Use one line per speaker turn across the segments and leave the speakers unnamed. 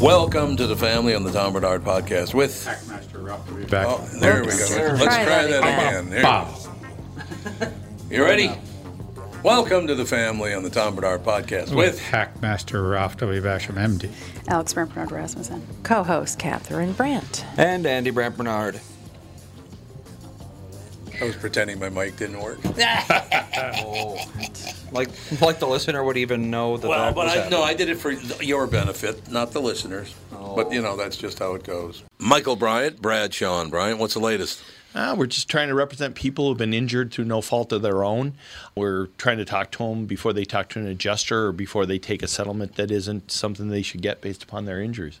Welcome to the family on the Tom Bernard podcast with.
Back.
Oh, there we go. Let's try that again. There you go. You ready? Welcome to the family on the Tom Bernard podcast
With
with.
Hackmaster Ralph W. Basham, MD.
Alex Bernard Rasmussen.
co host Catherine Brandt.
And Andy Brant Bernard.
I was pretending my mic didn't work.
Like, like the listener would even know that.
Well,
that
but
was
I,
happening.
no, I did it for your benefit, not the listeners. But you know, that's just how it goes. Oh. Michael Bryant, Brad Sean Bryant. What's the latest?
Ah, we're just trying to represent people who've been injured through no fault of their own. We're trying to talk to them before they talk to an adjuster or before they take a settlement that isn't something they should get based upon their injuries.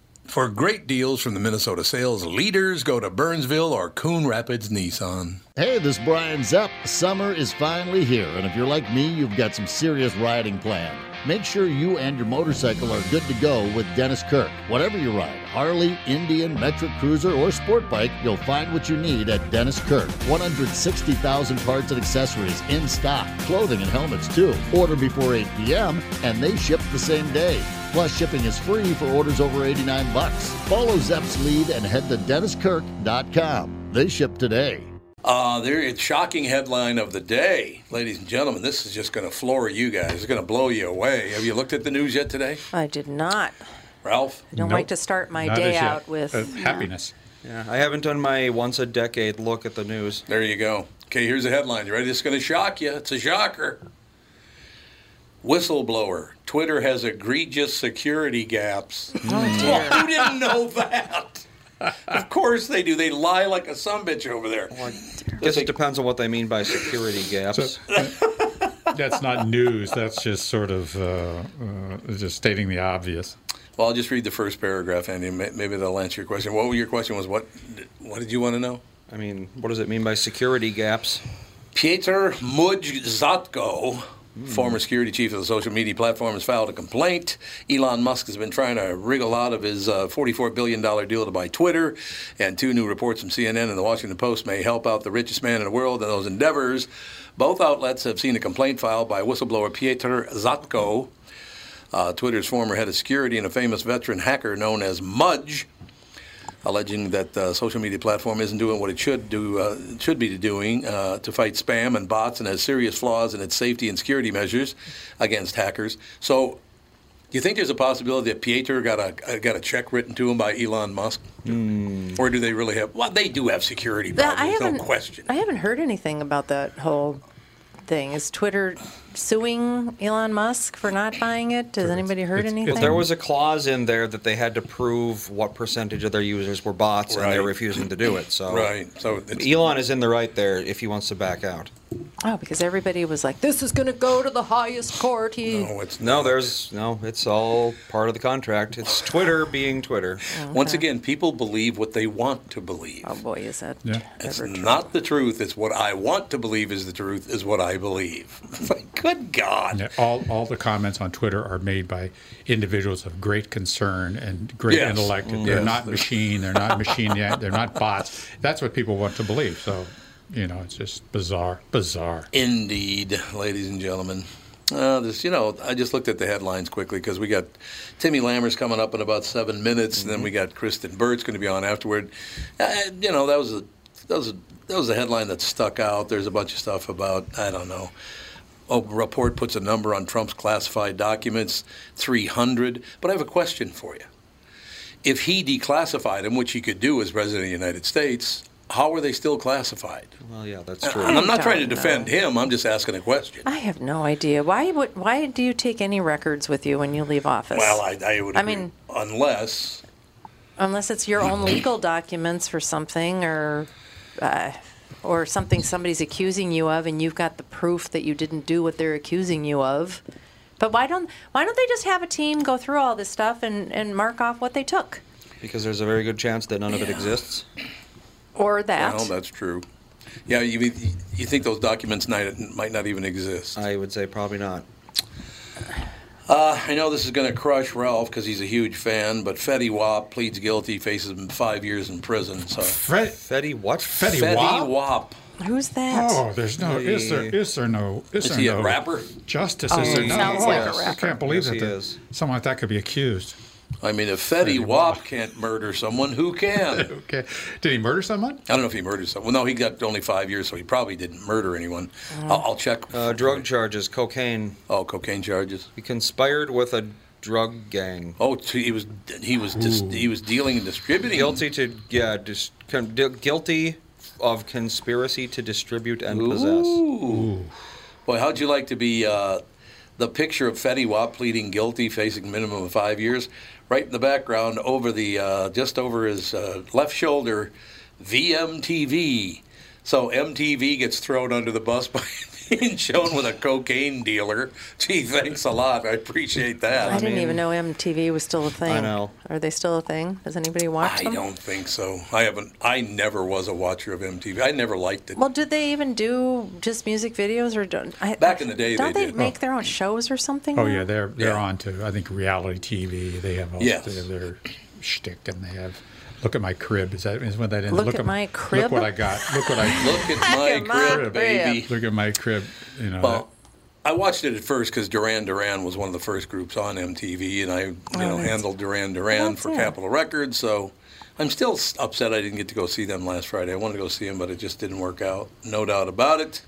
For great deals from the Minnesota sales leaders, go to Burnsville or Coon Rapids Nissan.
Hey, this Brian Zepp. Summer is finally here, and if you're like me, you've got some serious riding planned. Make sure you and your motorcycle are good to go with Dennis Kirk. Whatever you ride Harley, Indian, Metric Cruiser, or Sport Bike you'll find what you need at Dennis Kirk. 160,000 parts and accessories in stock, clothing and helmets too. Order before 8 p.m., and they ship the same day. Plus, shipping is free for orders over 89 bucks. Follow Zepp's lead and head to DennisKirk.com. They ship today.
Uh, there, it's shocking headline of the day, ladies and gentlemen. This is just going to floor you guys. It's going to blow you away. Have you looked at the news yet today,
I did not.
Ralph?
I don't
Nope.
like to start my
Not as
day
yet.
out with
Uh,
you know,
happiness.
Yeah, I haven't done my once a decade look at the news.
There you go. Okay, here's the headline. You ready? It's going to shock you. It's a shocker. Whistleblower. Twitter has egregious security gaps.
Hmm.
Well, who didn't know that? Of course they do. They lie like a sumbitch over there.
Guess it depends on what they mean by security gaps.
That's not news. That's just sort of uh, uh, just stating the obvious.
Well, I'll just read the first paragraph, Andy. and may- Maybe that'll answer your question. What was your question? Was what? What did you want to know?
I mean, what does it mean by security gaps?
Peter Mudge Zatko, former security chief of the social media platform, has filed a complaint. Elon Musk has been trying to wriggle out of his uh, $44 billion deal to buy Twitter, and two new reports from CNN and the Washington Post may help out the richest man in the world in those endeavors. Both outlets have seen a complaint filed by whistleblower Peter Zatko, uh, Twitter's former head of security and a famous veteran hacker known as Mudge alleging that the social media platform isn't doing what it should do uh, should be doing uh, to fight spam and bots and has serious flaws in its safety and security measures against hackers. So, do you think there's a possibility that Pieter got a uh, got a check written to him by Elon Musk,
Hmm.
or do they really have? Well, they do have security
That- I
problems, no
haven't-
question.
I haven't heard anything about that whole thing. Is Twitter suing Elon Musk for not buying it? Has anybody heard anything?
But there was a clause in there that they had to prove what percentage of their users were bots, and they're
Right.
refusing to do it. So
Right. So
Elon is in the right there if he wants to back out.
Oh, because everybody was like, "This is going to go to the highest court." He
it's
no, there's no. It's all part of the contract. It's Twitter being Twitter.
Oh,
Once again, people believe what they want to believe. Oh
boy, is that
Yeah.
It's not the truth. It's what I want to believe is the truth. Is what I believe. Good God!
Yeah, all all the comments on Twitter are made by individuals of great concern and great
Yes.
intellect.
Mm.
They're
Yes.
not machine. They're not machine. yet. They're not bots. That's what people want to believe. So, you know, it's just bizarre, bizarre.
Indeed, ladies and gentlemen. Uh, this, you know, I just looked at the headlines quickly because we got Timmy Lammers coming up in about seven minutes, and then we got Kristen Burt's going to be on afterward. Uh, you know, that was a that was a, that was a headline that stuck out. There's a bunch of stuff about I don't know. Oh, report puts a number on Trump's classified documents, 300. But I have a question for you. If he declassified them, which he could do as president of the United States, how are they still classified?
Well, yeah, that's
And
true.
I'm not trying to
don't know.
defend him. I'm just asking a question.
I have no idea. Why would? Why do you take any records with you when you leave office?
Well, I, I would.
I
agree.
mean-
unless
unless it's your own legal documents for something, or uh, or something somebody's accusing you of, and you've got the proof that you didn't do what they're accusing you of. But why don't why don't they just have a team go through all this stuff and, and mark off what they took
Because there's a very good chance that none of it exists.
or that?
well, that's true. Yeah, you mean- you think those documents might might not even exist?
I would say probably not.
Uh, I know this is going to crush Ralph because he's a huge fan, but Fetty Wap pleads guilty, faces five years in prison. So
Fetty what?
Fetty Wap?
Wap.
Who's that?
Oh, there's no. Is there? Is there no? Is,
Is
there
he a
no
rapper?
Justice
Oh,
is there
he
no?
sounds like a
I
rapper.
can't believe
Yes,
that
he
the-
is.
someone like that could be accused.
I mean, if Fetty Wap can't murder someone, who can?
okay. Did he murder someone?
I don't know if he murdered someone. Well, no, he got only five years, so he probably didn't murder anyone. I'll, I'll check.
Uh, drug charges, cocaine.
Oh, cocaine charges.
He conspired with a drug gang.
Oh, so he was he was dis- he was dealing and distributing.
Guilty to yeah, dis, con, di, guilty of conspiracy to distribute and possess.
Ooh. Boy, how'd you like to be uh, the picture of Fetty Wap pleading guilty, facing minimum of five years? Right in the background, over the uh, just over his uh, left shoulder, VMTV. So MTV gets thrown under the bus by being shown with a cocaine dealer. Gee, thanks a lot. I appreciate that.
I, didn't even know MTV was still a thing.
know.
Are they still a thing? Does anybody watch
I
them?
don't think so. I haven't. I never was a watcher of MTV. I never liked it.
Well, did they even do just music videos or don't? I,
Back in the day,
don't
they
they,
did.
make their own shows or something?
Oh
now?
yeah, they're they're on to I think reality TV. They have all
Yes.
they have their shtick, and they have look at my crib. Is that is when that ends?
Look at my crib?
Look what I got. Look what I
Look at my crib, baby.
Look at my crib. You know.
Well, I watched it at first because Duran Duran was one of the first groups on MTV, and I you
Oh,
know handled Duran Duran for Capitol Records. So I'm still s- upset I didn't get to go see them last Friday. I wanted to go see them, but it just didn't work out. No doubt about it.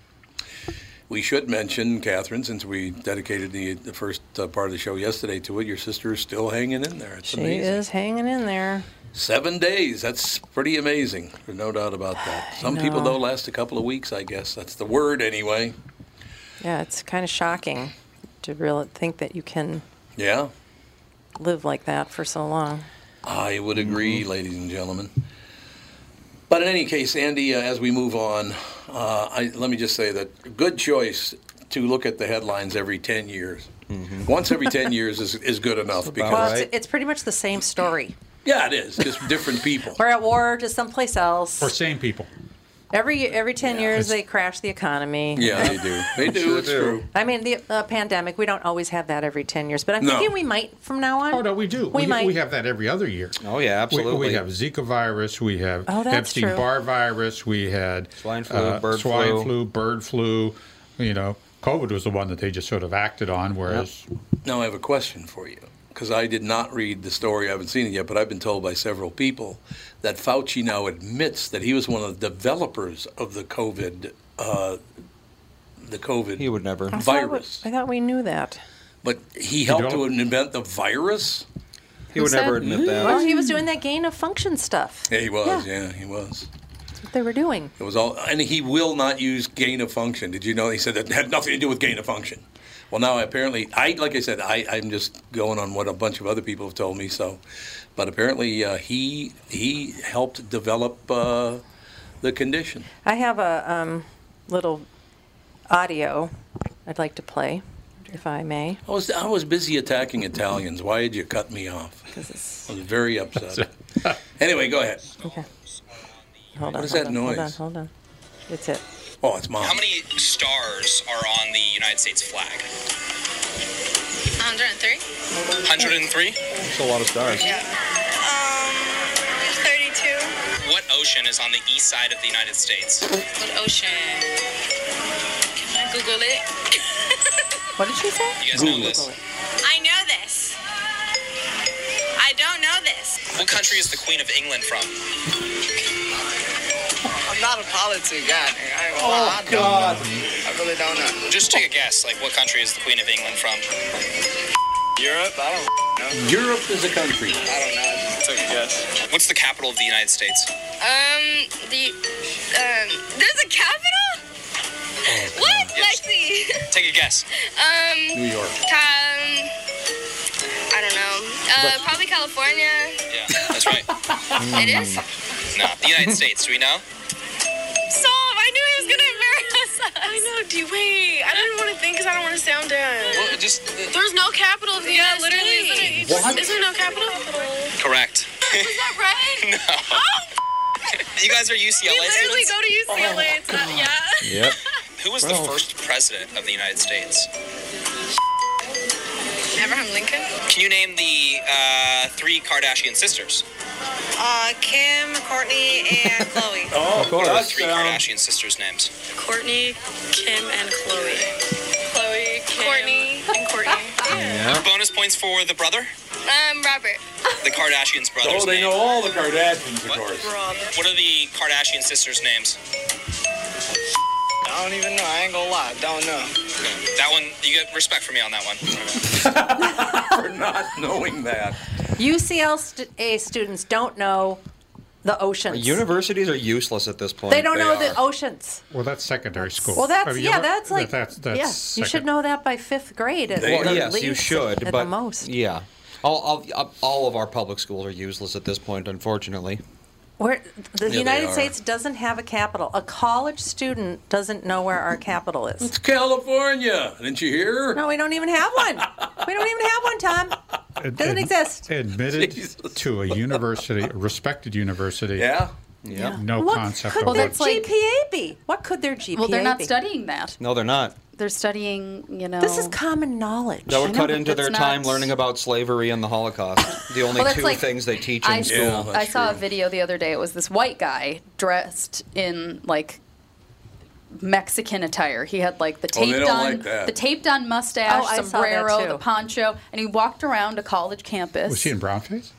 We should mention Catherine, since we dedicated the, the first uh, part of the show yesterday to it. Your sister is still hanging in there. It's
She
amazing.
is hanging in there.
Seven days. That's pretty amazing. There's no doubt about that. Some people
know.
though last a couple of weeks. I guess that's the word anyway.
Yeah, it's kind of shocking to really think that you can
Yeah.
live like that for so long.
I would
Mm-hmm.
agree, ladies and gentlemen. But in any case, Andy, uh, as we move on, uh, I, let me just say that good choice to look at the headlines every 10 years.
Mm-hmm.
Once every 10 years is, is good enough
well,
because,
it's, it's pretty much the same story.
yeah, it is. Just different people.
We're at war, just someplace else.
or same people.
Every every ten years they crash the economy.
Yeah, they do. They do.
Sure
it's
do.
true.
I mean the uh, pandemic. We don't always have that every ten years, but I'm
No.
thinking we might from now on.
Oh no, we do.
We, might.
we have that every other year.
Oh yeah, absolutely.
We, have Zika virus. We have
Oh, that's true.
Epstein Barr virus. We had uh,
Swine flu, bird
swine
flu.
bird flu. You know, COVID was the one that they just sort of acted on, whereas
Now I have a question for you because I did not read the story. I haven't seen it yet, but I've been told by several people that Fauci now admits that he was one of the developers of the COVID. Uh, the COVID
he would never
I thought we-
virus,
I thought we knew that.
but he helped to invent the virus.
He would never admit
Well,
that.
he was doing that gain of function stuff.
Yeah, he was. Yeah, he was.
That's what they were doing.
It was all, and he will not use gain of function. Did you know? He said that had nothing to do with gain of function. Well, now apparently, I like I said, I, I'm just going on what a bunch of other people have told me. So, but apparently, uh, he he helped develop uh, the condition.
I have a um, little audio I'd like to play, if I may.
I was I was busy attacking Italians. Why did you cut me off? I was very upset. anyway, go ahead.
Okay. Hold on.
What is
hold
that
on,
noise?
Hold on. Hold on. It's it.
Oh, it's mom.
How many stars are on the United States flag?
103?
103.
It's a lot of stars.
Yeah. Um, 32.
What ocean is on the east side of the United States?
What ocean? Can I Google it?
What did she say?
You guys know this.
I know this. I don't know this.
What country is the Queen of England from?
I'm not a politic guy. nigga. I, well, I don't know. I really don't know.
Just take a guess. Like, what country is the Queen of England from?
Europe? I don't know.
Europe is a country.
I don't know.
Take a guess. What's the capital of the United States?
Um, the, um, there's a capital? What, Lexi?
Take a guess.
Um,
New York.
um, I don't know. Uh, probably California.
Yeah, that's right.
It is?
Hmm.
No, the United States. Do we know?
Stop! I knew he was gonna embarrass us. I know. Do wait? I didn't want to think because I don't want to sound dumb.
Well, just
There's no capital of the yeah, literally. What? Is there no capital? Is
correct.
that right?
No. You guys are
We
UCLA
literally
students.
go to UCLA. it's not, yeah.
Yep.
Oh Who was the
Well.
first president of the United States?
Abraham Lincoln.
Can you name the uh, three Kardashian sisters?
Uh, Kim, Courtney, and Chloe.
Oh,
Of course.
The
Um,
three Kardashian sisters' names.
Um, Courtney, Kim, and Chloe. Chloe, Kim, Courtney, and Courtney.
Bonus points for the brother,
um, Robert.
the Kardashians brothers.
Oh, they
name.
know all the Kardashians, of
What?
course.
Rob.
What are the Kardashian sisters' names?
I don't even know. I ain't gonna lie. Don't know.
That one, you get respect for me on that one.
For not knowing that.
UCLA st- A students don't know the oceans.
Universities are useless at this point.
they don't know
are.
the oceans.
well, that's secondary school.
Well, that's
I mean,
yeah,
but
that's like
that's, that's
yeah. You
second-
should know that by fifth grade at
Well,
the
yes,
least.
you should,
at
but
the most.
yeah, all, all all of our public schools are useless at this point, unfortunately.
Where the
Yeah, they
United
are.
States doesn't have a capital. A college student doesn't know where our capital is.
It's California. Didn't you hear?
No, we don't even have one. We don't even have one, Tom.
Ad-
Doesn't
ad-
exist.
Admitted to a university, a respected university.
Yeah.
Yeah.
No
What
concept
could
of
their
what.
GPA be? What could their GPA be?
Well, they're not studying that.
No, they're not.
They're studying, you know.
This is common knowledge.
That
I
would
know,
cut
but
into their
that's
time
not-
learning about slavery and the Holocaust. The only
Well, that's
two
like-
things they teach in
I,
school.
Yeah,
I
that's
saw a
true.
video the other day. It was this white guy dressed in like Mexican attire. He had like the
Oh, they
taped
don't
on
like that.
the taped on mustache,
Oh, I saw that,
sombrero,
too.
the poncho, and he walked around a college campus.
Was she in brownface?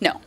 No.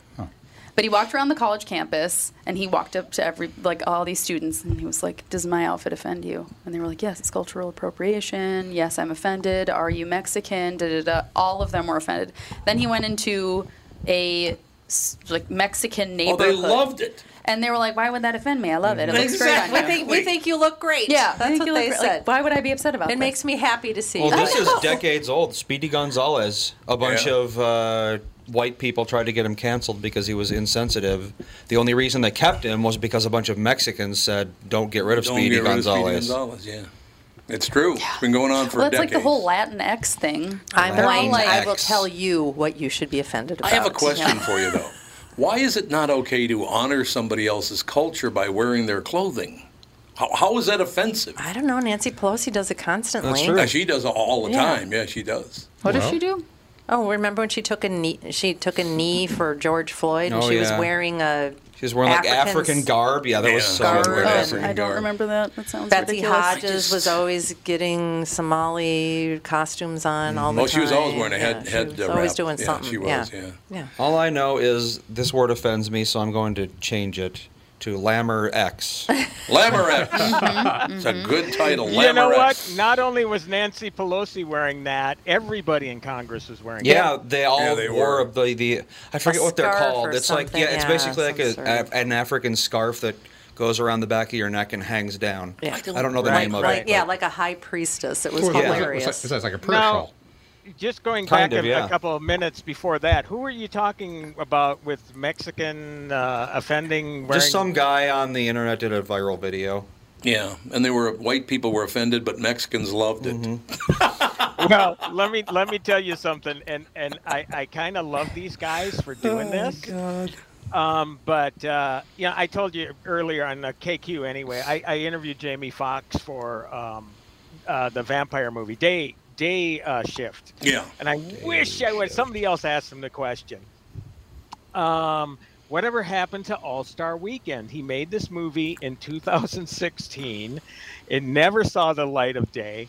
But he walked around the college campus and he walked up to every like all these students and he was like, "Does my outfit offend you?" And they were like, "Yes, it's cultural appropriation. Yes, I'm offended. Are you Mexican?" Da da da. All of them were offended. Then he went into a s- like Mexican
Oh,
neighborhood.
they loved it. Mm-hmm.
And they were like, "Why would that offend me? I love it. It looks
We
great on you."
think, we think you look Oh, great.
Yeah,
that's
I think
what
you
they
look great. Like,
said.
why would I be upset about
it
this?
makes me happy to see.
Well,
you. Oh,
this is decades old. Speedy Gonzalez, a bunch
Yeah.
of uh, white people tried to get him canceled because he was insensitive. The only reason they kept him was because a bunch of Mexicans said, "Don't get rid of,
Don't
Speedy,
get rid of Speedy
Gonzalez.
Gonzalez. Yeah. It's true. It's been going on for
well, it's like
decades.
the whole Latinx thing.
I'm
They're all
white.
like-
I will tell you what you should be offended
I
about.
have a question for you though. Why is it not okay to honor somebody else's culture by wearing their clothing? How, how is that offensive?
I don't know. Nancy Pelosi does it constantly.
Yeah, she does it all the
Yeah.
time. Yeah, she does.
What does she
do?
Oh, remember when she took a knee? She took a knee for George Floyd, and
Oh,
she was
yeah.
wearing a.
She was wearing like
Africans-
African garb. Yeah, that was so
Garb.
weird.
Oh,
African
I don't
garb.
remember that. That sounds
Betsy
ridiculous.
Hodges was always getting Somali costumes on all the
Oh,
time.
she was always wearing a head-
Yeah,
head,
She was
uh,
always
wrap.
doing
Yeah,
something.
she was, yeah.
yeah.
All I know is this word offends me, so I'm going to change it to Lammer X.
Lammer X. It's a good title.
You know
Lamorex.
what? Not only was Nancy Pelosi wearing that, everybody in Congress was wearing
Yeah,
it.
they all wore the the I forget what they're
scarf
called.
or
It's like yeah,
something,
it's
yeah,
basically like
some
a,
sort.
an African scarf that goes around the back of your neck and hangs down.
Yeah.
I don't, know the
Like-
name of
like-
it.
Yeah, like a high priestess. It was
Yeah.
hilarious.
It's like- it's like a prayer
Now, just going
Kind
back
of,
a,
yeah.
a couple of minutes before that, who were you talking about with Mexican uh, offending? Wearing
Just some guy on the internet did a viral video.
Yeah, and they were white people were offended, but Mexicans loved it.
Mm-hmm.
well, let me let me tell you something, and and I I kind of love these guys for doing
Oh,
this. Um, but uh, yeah, I told you earlier on uh, KQ anyway. I, I interviewed Jamie Foxx for um, uh, the vampire movie Day Day uh, Shift.
Yeah.
And I wish I would. Somebody else asked him the question. Um, whatever happened to All Star Weekend? He made this movie in 2016. It never saw the light of day.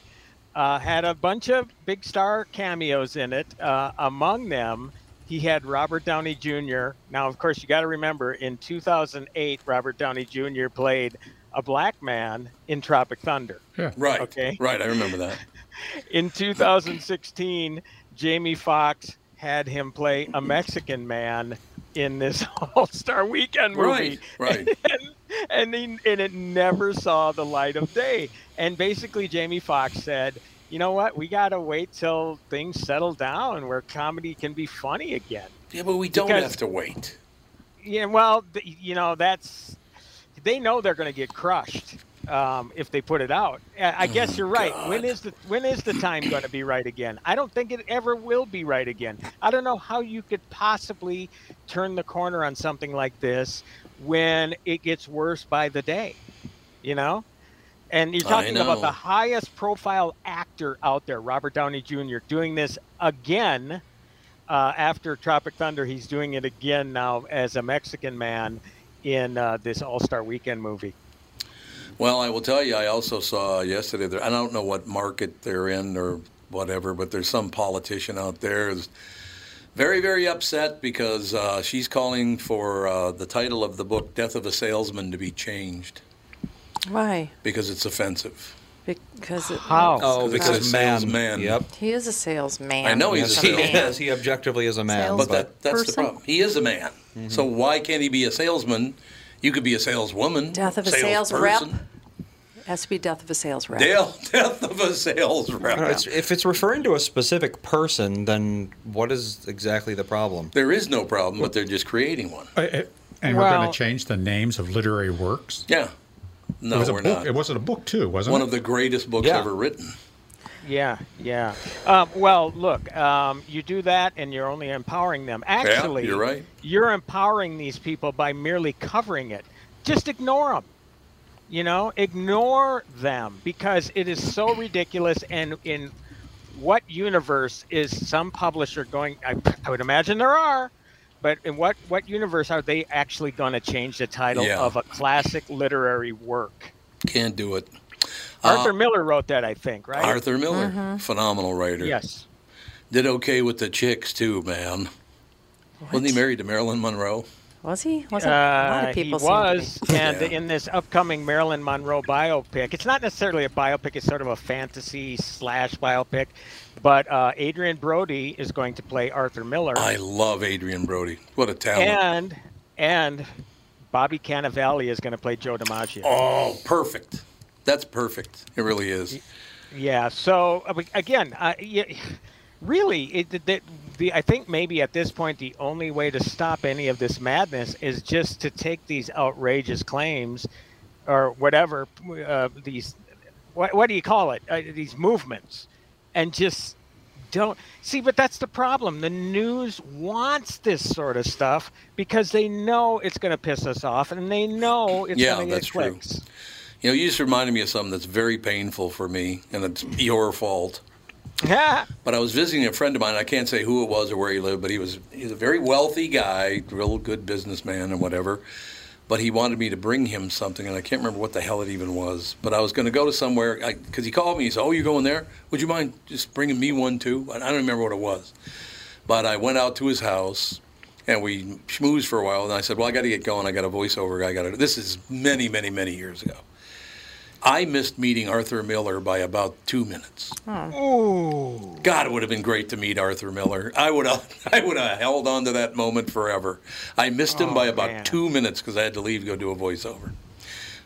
Uh, had a bunch of big star cameos in it. Uh, among them, he had Robert Downey Jr. Now, of course, you got to remember in 2008, Robert Downey Jr. played a black man in Tropic Thunder.
Right.
Okay.
Right. I remember that.
In 2016, Jamie Foxx had him play a Mexican man in this All Star Weekend movie.
Right,
And, he, and it never saw the light of day. And basically, Jamie Foxx said, you know what? We got to wait till things settle down where comedy can be funny again.
Yeah, but we don't
Because-
have to wait.
Yeah, well, th- you know, that's they know they're going to get crushed um, if they put it out. I
Oh
I guess you're right. When is the when is the time going to be right again? I don't think it ever will be right again. I don't know how you could possibly turn the corner on something like this when it gets worse by the day. You know. And you're
I
talking about the
know.
highest profile actor out there, Robert Downey Jr., doing this again. Uh, after Tropic Thunder, he's doing it again now as a Mexican man in uh, this All Star Weekend movie.
Well, I will tell you, I also saw yesterday, there, and I don't know what market they're in or whatever, but there's some politician out there who's very, very upset because uh, she's calling for uh, the title of the book, Death of a Salesman, to be changed
Why?
because it's offensive.
Because it,
Oh,
Because
because
it's
man.
salesman.
Yep.
he is a salesman.
I know he's a
he
salesman.
is. He objectively is a man. Mm-hmm.
But that, that's the
Salesperson?
problem. He is a man. So why can't he be a salesman? You could be a saleswoman.
Death of a sales rep.
salesperson.
Has to be death of a sales rep.
Death, death of a sales
I
rep.
don't know, it's- if it's referring to a specific person, then what is exactly the problem?
There is no problem, but they're just creating one.
And we're
Well-
going to change the names of literary works.
Yeah. No,
it was a
we're
book.
not.
It wasn't a book too, wasn't
One
it?
of the greatest books
Yeah.
ever written.
Yeah, yeah. Um, well, look, um, you do that, and you're only empowering them. Actually,
you're right.
You're empowering these people by merely covering it. Just ignore them. You know, ignore them because it is so ridiculous. And in what universe is some publisher going? I, I would imagine there are, but in what what universe are they actually going to change the title
Yeah.
of a classic literary work?
Can't do it.
Arthur
Uh,
Miller wrote that, I think, right?
Arthur Miller,
Mhm.
phenomenal writer.
Yes.
Did okay with the chicks too, man. Wasn't he married to Marilyn Monroe?
Was he? Was
uh,
a lot of people
he
seem to be.
was, and in this upcoming Marilyn Monroe biopic, it's not necessarily a biopic; it's sort of a fantasy slash biopic. But uh, Adrian Brody is going to play Arthur Miller,
I love Adrian Brody. What a talent.
and and Bobby Cannavale is going to play Joe DiMaggio.
Oh, perfect. That's perfect. It really is.
Yeah. So uh, we- again, uh, y- really, it, the, the, the, I think maybe at this point the only way to stop any of this madness is just to take these outrageous claims, or whatever uh, these, what, what do you call it? Uh, these movements, and just don't see. But that's the problem. The news wants this sort of stuff because they know it's going to piss us off, and they know it's
yeah,
going to get
that's true.
clicks.
You know, you just reminded me of something that's very painful for me, and it's your fault. But I was visiting a friend of mine. I can't say who it was or where he lived, but he was he's a very wealthy guy, real good businessman and whatever. But he wanted me to bring him something, and I can't remember what the hell it even was. But I was going to go to somewhere because he called me. He said, "Oh, you're going there? Would you mind just bringing me one too?" And I don't remember what it was. But I went out to his house, and we schmoozed for a while. And I said, "Well, I got to get going. I got a voiceover. I got to." This is many, many, many years ago. I missed meeting Arthur Miller by about two minutes.
Oh.
Ooh.
God, it would have been great to meet Arthur Miller. I would have, I would have held on to that moment forever. I missed him by about two minutes because I had to leave go do a voiceover.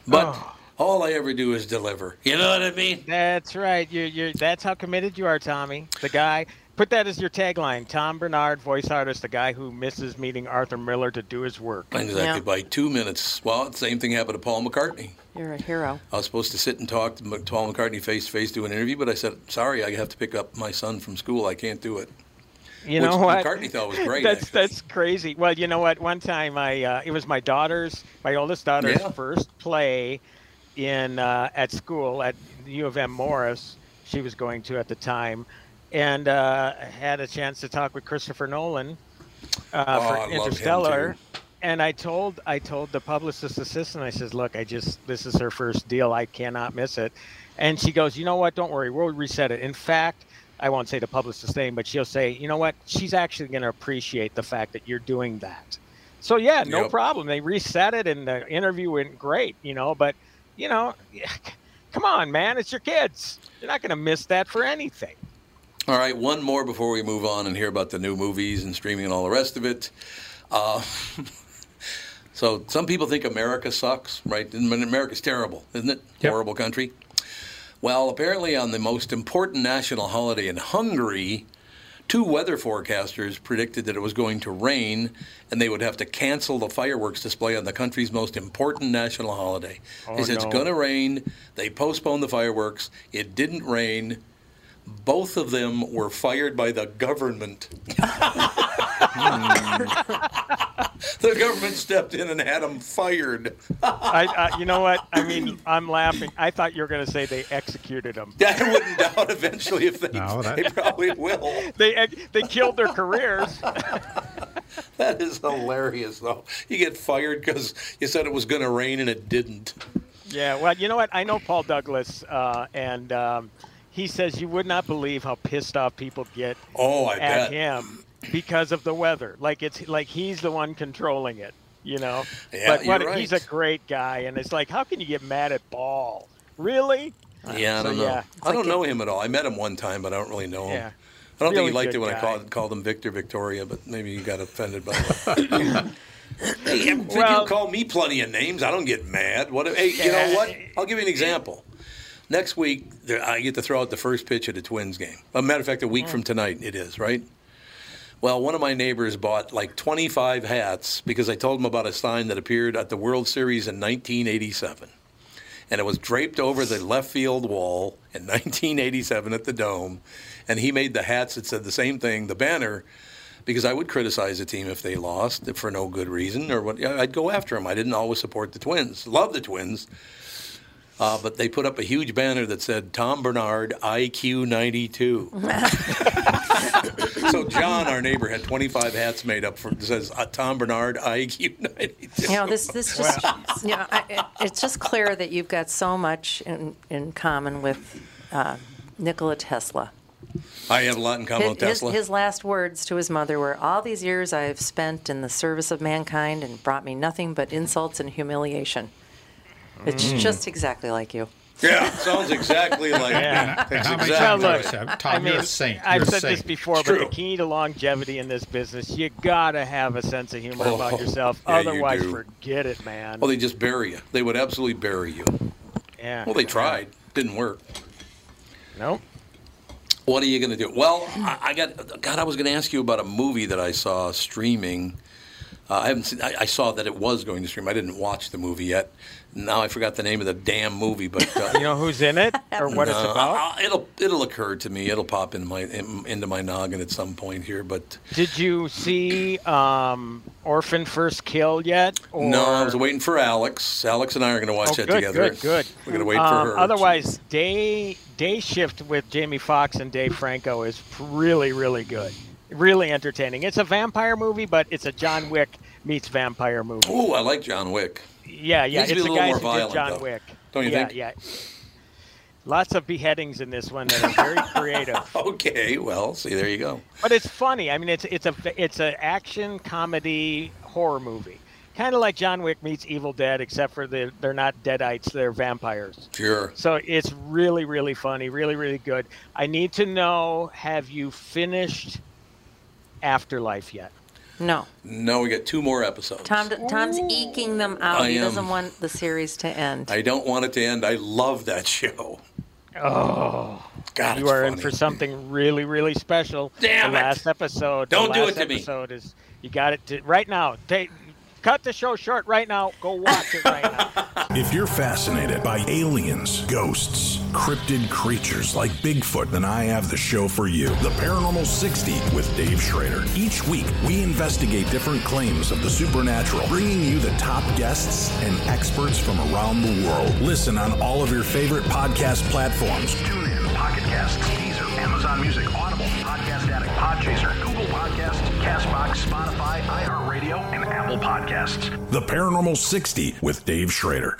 But all I ever do is deliver. You know what I mean?
That's right. You you that's how committed you are, Tommy. The guy put that as your tagline. Tom Bernard, voice artist, the guy who misses meeting Arthur Miller to do his work.
Exactly. By two minutes. Well, the same thing happened to Paul McCartney.
You're a hero.
I was supposed to sit and talk to Mc- Paul McCartney face to face, do an interview, but I said, "Sorry, I have to pick up my son from school. I can't do it."
You
Which
know what?
McCartney thought was great.
that's that's crazy. Well, you know what? One time, I uh, it was my daughter's, my oldest daughter's
Yeah.
first play in uh, at school at U of M Morris. She was going to at the time, and uh, had a chance to talk with Christopher Nolan uh,
Oh, I
for
love him,
Interstellar.
too.
And I told I told the publicist assistant, I says, "Look, I just this is her first deal. I cannot miss it." And she goes, "You know what? Don't worry, we'll reset it." In fact, I won't say the publicist's name, but she'll say, "You know what? She's actually going to appreciate the fact that you're doing that." So yeah, no
Yep.
problem. They reset it, and the interview went great. You know, but you know, come on, man, it's your kids. You're not going to miss that for anything.
All right, one more before we move on and hear about the new movies and streaming and all the rest of it. Uh, so some people think America sucks, right? And America's terrible, isn't it? Horrible country. Well, apparently on the most important national holiday in Hungary, two weather forecasters predicted that it was going to rain and they would have to cancel the fireworks display on the country's most important national holiday.
Oh,
they said it's
no.
going to rain. They postponed the fireworks. It didn't rain. Both of them were fired by the government. the government stepped in and had them fired.
I, I, you know what? I mean, I'm laughing. I thought you were going to say they executed him.
I wouldn't doubt eventually if they, they probably will.
They ex- they killed their careers.
That is hilarious, though. You get fired because you said it was going to rain and it didn't.
Yeah, well, you know what? I know Paul Douglas, uh, and um, he says you would not believe how pissed off people get
Oh, I
at
bet.
him because of the weather. Like it's like he's the one controlling it, you know.
Yeah,
but
you're
what,
right.
he's a great guy, and it's like, how can you get mad at Ball? Really?
Yeah, I
So,
don't know.
yeah, it's
I don't
like
know him at all. I met him one time, but I don't really know him.
Yeah.
I don't think
Really
he liked it
good
when I
guy.
called, called him Victor Victoria, but maybe he got offended by that. hey, you- you call me plenty of names. I don't get mad. What? Hey, you know
Yeah.
what? I'll give you an example. Next week, there- I get to throw out the first pitch at a Twins game. a matter of fact, a week from tonight it is, right? Well, one of my neighbors bought like 25 hats because I told him about a sign that appeared at the World Series in 1987 and it was draped over the left field wall in 1987 at the Dome. And he made the hats that said the same thing, the banner, because I would criticize a team if they lost for no good reason or what. I'd go after them. I didn't always support the Twins. Love the Twins. Uh, but they put up a huge banner that said Tom Bernard IQ 92. so John, our neighbor, had 25 hats made up for that says uh, Tom Bernard IQ 92.
You know, this this just you know, I, it, it's just clear that you've got so much in in common with uh, Nikola Tesla.
I have a lot in common
His,
with Tesla.
his last words to his mother were, "All these years I have spent in the service of mankind and brought me nothing but insults and humiliation." It's
Mm.
just exactly like you.
Yeah, sounds exactly like
Yeah.
me. That's
How many
exactly
times
right.
have I said, Tom, you're a saint.
I've
You're a
said this
saint."
before,
It's
but
true.
the key to longevity in this business, you gotta have a sense of humor
Oh,
about yourself.
yeah, you
Otherwise,
do.
forget it, man.
Well, they just bury you. They would absolutely bury you.
yeah.
Well, they tried. Didn't work.
Nope.
What are you going to do? Well, I, I got God. I was going to ask you about a movie that I saw streaming Uh, I haven't. Seen, I, I saw that it was going to stream. I didn't watch the movie yet. Now I forgot the name of the damn movie, but uh,
You know who's in it or what it's
No,
about?
I- I- it'll it'll occur to me. It'll pop in my in, into my noggin at some point here. But
Did you see um, Orphan First Kill yet? Or...
no, I was waiting for Alex. Alex and I are going to watch
Oh,
that
good,
together.
Good, good.
We're going to wait
Um,
for her.
Otherwise, day day shift with Jamie Foxx and Dave Franco is p- really, really good. Really entertaining. It's a vampire movie, but it's a John Wick meets vampire movie.
Ooh, I like John Wick.
Yeah, yeah.
Needs to be
it's
a
the
little
guys
more
who
violent,
did John
though.
Wick.
Don't you
yeah,
think?
Yeah. Lots of beheadings in this one that are very creative.
Okay, well, see, there you go.
But it's funny. I mean, it's it's a it's an action comedy horror movie, kind of like John Wick meets Evil Dead, except for the, they're not deadites, they're vampires.
Sure.
So it's really really funny, really really good. I need to know: Have you finished Afterlife yet?
No.
No, we got two more episodes.
Tom, Tom's eking them out.
I
he
am.
doesn't want the series to end.
I don't want it to end. I love that show.
Oh,
God,
you
it's
are in for something really really special.
Damn
the
it.
Last episode.
Don't
the
do
last
it to me.
Episode is you got it to, right now. Take, cut the show short right now. Go watch it right now.
If you're fascinated by aliens, ghosts, cryptid creatures like Bigfoot, then I have the show for you The Paranormal 60 with Dave Schrader. Each week, we investigate different claims of the supernatural, bringing you the top guests and experts from around the world. Listen on all of your favorite podcast platforms. Tune in, Pocket Casts, Deezer, Amazon Music, Audible, Podcast Addict, Podchaser, Google Podcasts, Castbox, Spotify, iHeartRadio, and Apple Podcasts. The Paranormal 60 with Dave Schrader.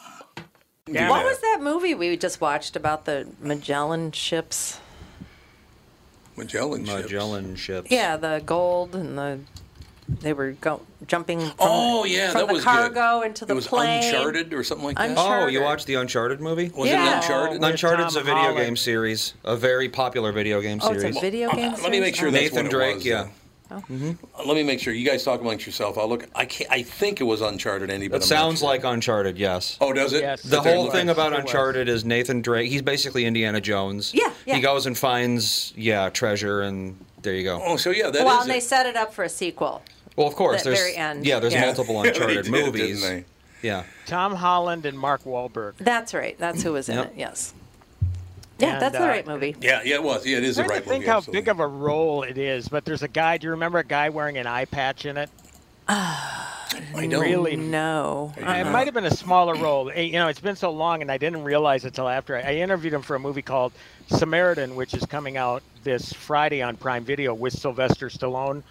What was that movie we just watched about the Magellan ships?
Magellan
ships. Magellan ships.
Yeah, the gold and the they were go, jumping. From,
Oh, yeah,
from
that
the
was good.
cargo into the
It was
plane.
Uncharted
or something like
that?
Oh,
Uncharted.
you watched the Uncharted movie?
Was it Yeah. Uncharted?
Uncharted? Uncharted's a
With Tom
video
Holland.
game series, a very popular video game
Oh, it's
series.
a video Well, game
Uh, Let me make sure that's what
Nathan
it
Drake.
was,
yeah,
Oh.
Uh, Let me make sure. You guys talk amongst yourself. I'll look. I can't, I think it was Uncharted, Andy, but
that
I'm
sounds like Uncharted. Yes.
Oh, does it? Yes.
The
But they're
whole thing
like-
about
It was.
Uncharted is Nathan Drake. He's basically Indiana Jones. Yeah,
yeah.
He goes and finds yeah treasure, and there you go.
Oh, so yeah,
well, and they set it up for a sequel.
Well, of course,
the
there's
very end.
yeah, there's
Yeah.
multiple
They
Uncharted
did, didn't
movies.
they?
Yeah.
Tom Holland and Mark Wahlberg.
That's right. That's who was in
Yep.
it. Yes. Yeah, that's the right movie.
Yeah, yeah, it was. Yeah, it is the
I'm uh, trying
right
to think
movie.
how
absolutely.
big of a role it is, but there's a guy. Do you remember a guy wearing an eye patch in it?
I don't
really
know.
It might have been a smaller role. Eh, You know, it's been so long, and I didn't realize it till after I, I interviewed him for a movie called Samaritan, which is coming out this Friday on Prime Video with Sylvester Stallone.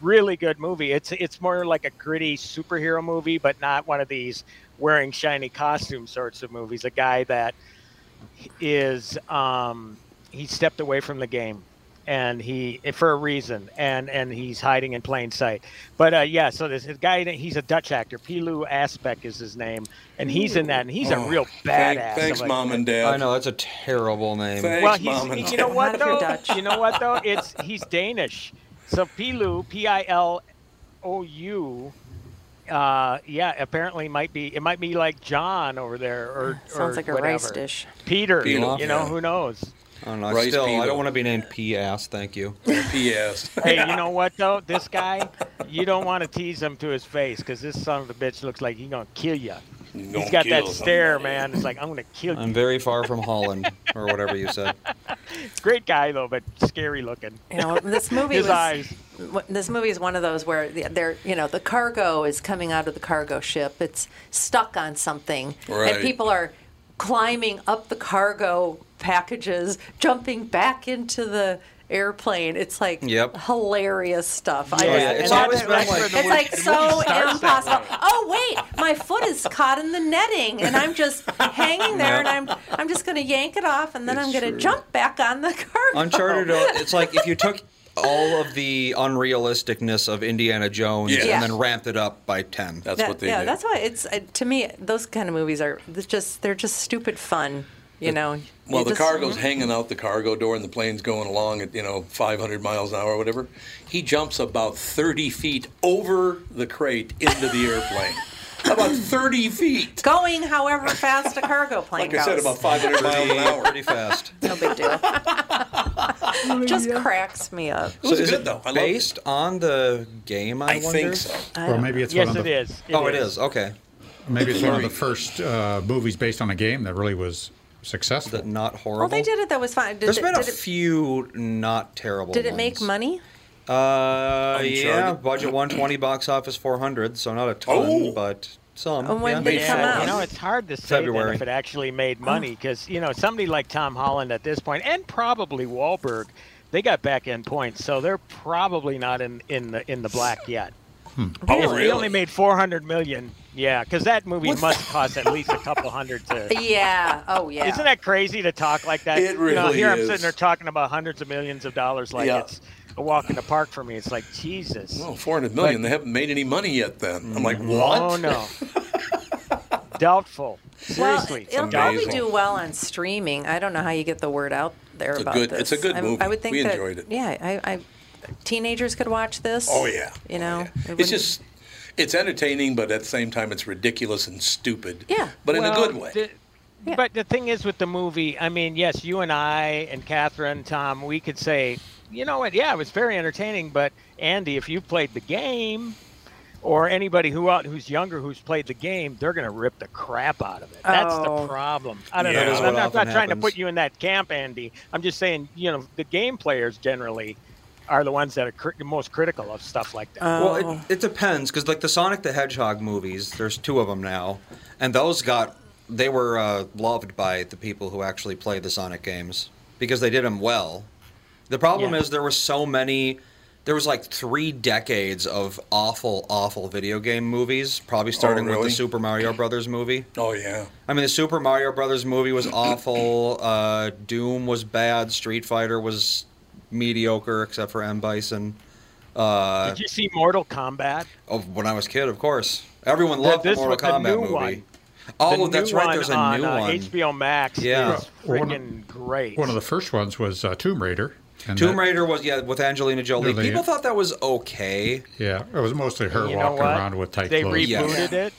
Really good movie. It's it's more like a gritty superhero movie, but not one of these wearing shiny costume sorts of movies. A guy that is um, he stepped away from the game and he for a reason and and he's hiding in plain sight but uh yeah so this, this guy he's a dutch actor pilu aspect is his name and he's in that and he's a real
Oh, thank-
badass
thanks,
I'm like,
Mom and Dad.
Oh. I know that's a terrible name.
well he's he- you know what though you know what though it's he's danish so pilu p-i-l OU, uh, yeah, apparently might be it might be like John over there or
Sounds
or
like a
whatever.
rice dish.
Peter,
Peter,
you know
yeah.
who knows.
I don't know.
Rice
still,
Pito.
I don't want to be named P.S. Thank you.
P.S.
Hey, you know what though? This guy, you don't want to tease him to his face because this son of a bitch looks like he's gonna kill you. He's
gonna
got that
kill
stare, man. It's like I'm gonna kill you.
I'm very far from Holland or whatever you said.
Great guy though, but scary looking.
You know, this movie
His
was.
eyes.
w- This movie is one of those where the- they're, you know, the cargo is coming out of the cargo ship. It's stuck on something,
Right.
and people are climbing up the cargo packages, jumping back into the airplane. It's like
Yep.
hilarious stuff.
Yeah,
and
it's
that's-
always been
that's-
like-
it's
the movie-
like
the
so
movie starts that
impossible. Oh wait, my foot is caught in the netting, and I'm just hanging there, and I'm I'm just going to yank it off, and then I'm going to jump back on the cargo.
Uncharted. uh, It's like if you took all of the unrealisticness of Indiana Jones
Yes.
and then ramped it up by ten. That's
That- yeah, that's why it's uh, to me those kind of movies are it's just they're just stupid fun, you know.
Well,
You
the
just- Mhm.
cargo's hanging out the cargo door, and the plane's going along at you know 500 miles an hour or whatever. He jumps about 30 feet over the crate into the airplane. about 30 feet.
going however fast a cargo plane
Like I said,
goes.
about 500 miles an hour.
Pretty fast.
No big deal. just cracks me up.
So is it based on the game? I,
I think
wonder?
so.
Or maybe it's Yes, one of the- it is. It
oh, it
is.
is. Okay.
Maybe it's one of the first uh, movies based on a game that really was successful.
not horrible.
Well, they did it. That was fine. Did,
There's
it,
been a
did, it,
few not terrible.
did it make money?
Uh, yeah,
Uncharted.
budget 120, box office 400, so not a ton,
Oh.
but some.
And when
yeah.
did it come out? Oh.
You know, it's hard to say that
February.
if it actually made money because you know somebody like Tom Holland at this point, and probably Wahlberg, they got back end points, so they're probably not in in the in the black yet.
Oh,
If They
really?
only made 400 million. Yeah, because that movie must cost at least a couple hundred to.
Yeah. Oh yeah.
Isn't that crazy to talk like that?
It
You know,
really
here I'm
is.
sitting there talking about hundreds of millions of dollars like
Yeah.
it's a walk in the park for me. It's like Jesus.
Well, 400 million.
But-
they haven't made any money yet. Then
Mm-hmm.
I'm like, what?
Oh no. Doubtful.
Well,
Seriously.
it'll probably do well on streaming. I don't know how you get the word out there
It's a
about
good-
this.
it's a good
I,
movie.
I would think
We
that,
enjoyed it.
Yeah, I, I teenagers could watch this.
Oh, yeah.
You know, it
It's
wouldn't-
just, it's entertaining, but at the same time, it's ridiculous and stupid. Yeah. But in
Well,
a good way.
the- But the thing is with the movie, I mean, yes, you and I and Catherine, Tom, we could say, you know what? Yeah, it was very entertaining. But Andy, if you played the game, or anybody who out who's younger who's played the game, they're going to rip the crap out of it. That's
Oh.
the problem. I don't
Yeah. That
know.
is
I'm
what
not, I'm not
often
trying to
happens.
put you in that camp, Andy. I'm just saying, you know, the game players generally are the ones that are cri- most critical of stuff like that.
Well,
Oh.
it, it depends because like the Sonic the Hedgehog movies, there's two of them now, and those got they were uh, loved by the people who actually play the Sonic games because they did them well. The problem
Yeah.
is there were so many. There was like three decades of awful, awful video game movies, probably
Oh,
starting with
really?
the Super Mario Brothers movie.
Oh yeah.
I mean, the Super Mario Brothers movie was awful. Uh, Doom was bad. Street Fighter was mediocre, except for M Bison. Uh,
Did you see Mortal Kombat?
Oh, when I was a kid, of course. Everyone
The-
loved the
this
Mortal
was the
Kombat
new
movie.
one.
Oh,
The
that's
new
right. There's a
on,
new
uh,
one.
HBO Max.
Yeah.
is freaking great.
One of the first ones was uh, Tomb Raider. and
Tomb
that-
Raider was yeah with Angelina Jolie.
Really?
People thought that was okay.
Yeah, it was mostly her
You know
walking
what?
around with tight
they
clothes.
rebooted it.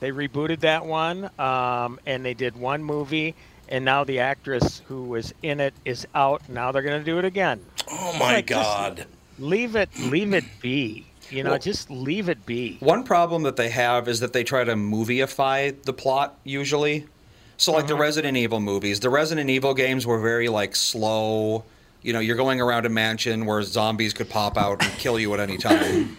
They rebooted that one, um, and they did one movie, and now the actress who was in it is out. Now they're going to do it again.
Oh
my God.
Leave it. Leave it be. You know,
Well-
just leave it be.
One problem that they have is that they try to movieify the plot usually. So like the
Uh-huh.
Resident Evil movies, the Resident Evil games were very like slow. You know, you're going around a mansion where zombies could pop out and kill you at any time.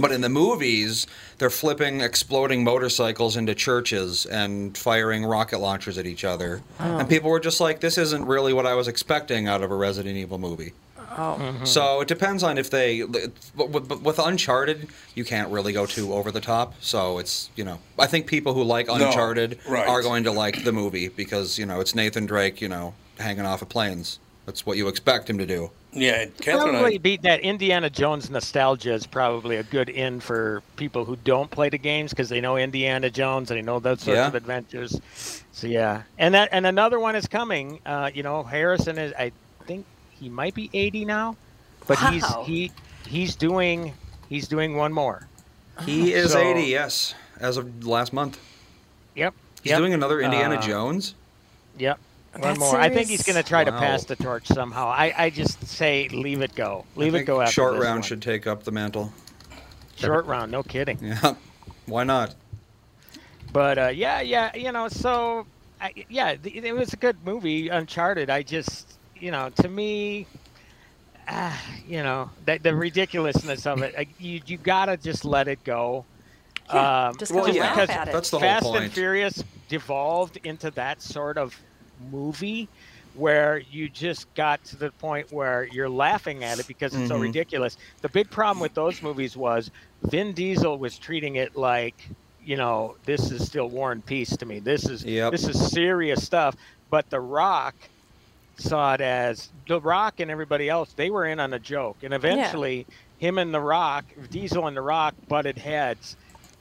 But in the movies, they're flipping exploding motorcycles into churches and firing rocket launchers at each other.
Oh.
And people were just like, this isn't really what I was expecting out of a Resident Evil movie.
oh.
Hmm.
So it depends on if they. But with, but with Uncharted, you can't really go too over the top. So it's you know, I think people who like
No,
Uncharted
right.
are going to like the movie because you know it's Nathan Drake, you know, hanging off of planes. That's what you expect him to do.
Yeah, Catherine and I-
Probably beat that Indiana Jones nostalgia is probably a good in for people who don't play the games because they know Indiana Jones and they know those sorts
Yeah.
of adventures. So yeah, and that and another one is coming. Uh, you know, Harrison is I think he might be 80 now, but he's
Wow.
he he's doing He's doing one more. Uh-huh.
He is
So-
80, yes, as of last month.
Yep.
He's
yep.
doing another Indiana
Uh,
Jones.
Yep. One
That
more. I think he's
series-
going to try to
Wow.
pass the torch somehow. I, I just say leave it go.
I
Leave it
think
go after
Short
this
round
one.
should take up the mantle.
Short round, no kidding.
Yeah. Why not?
But uh, yeah, yeah, you know, so I, yeah, th- it was a good movie, Uncharted. I just, you know, to me, ah, you know, the, the ridiculousness of it, I, you you gotta just let it go. Um,
Yeah, just Well, gotta yeah, laugh at it. that's the whole
Fast and
point.
Furious devolved into that sort of movie where you just got to the point where you're laughing at it because it's so
Mhm.
Mm-hmm.
ridiculous. The big problem with those movies was Vin Diesel was treating it like, you know, this is still war and peace to me. This is
Yep.
this is serious stuff. But The Rock saw it as The Rock and everybody else, they were in on a joke. And eventually him and The Rock, Diesel and The Rock butted heads.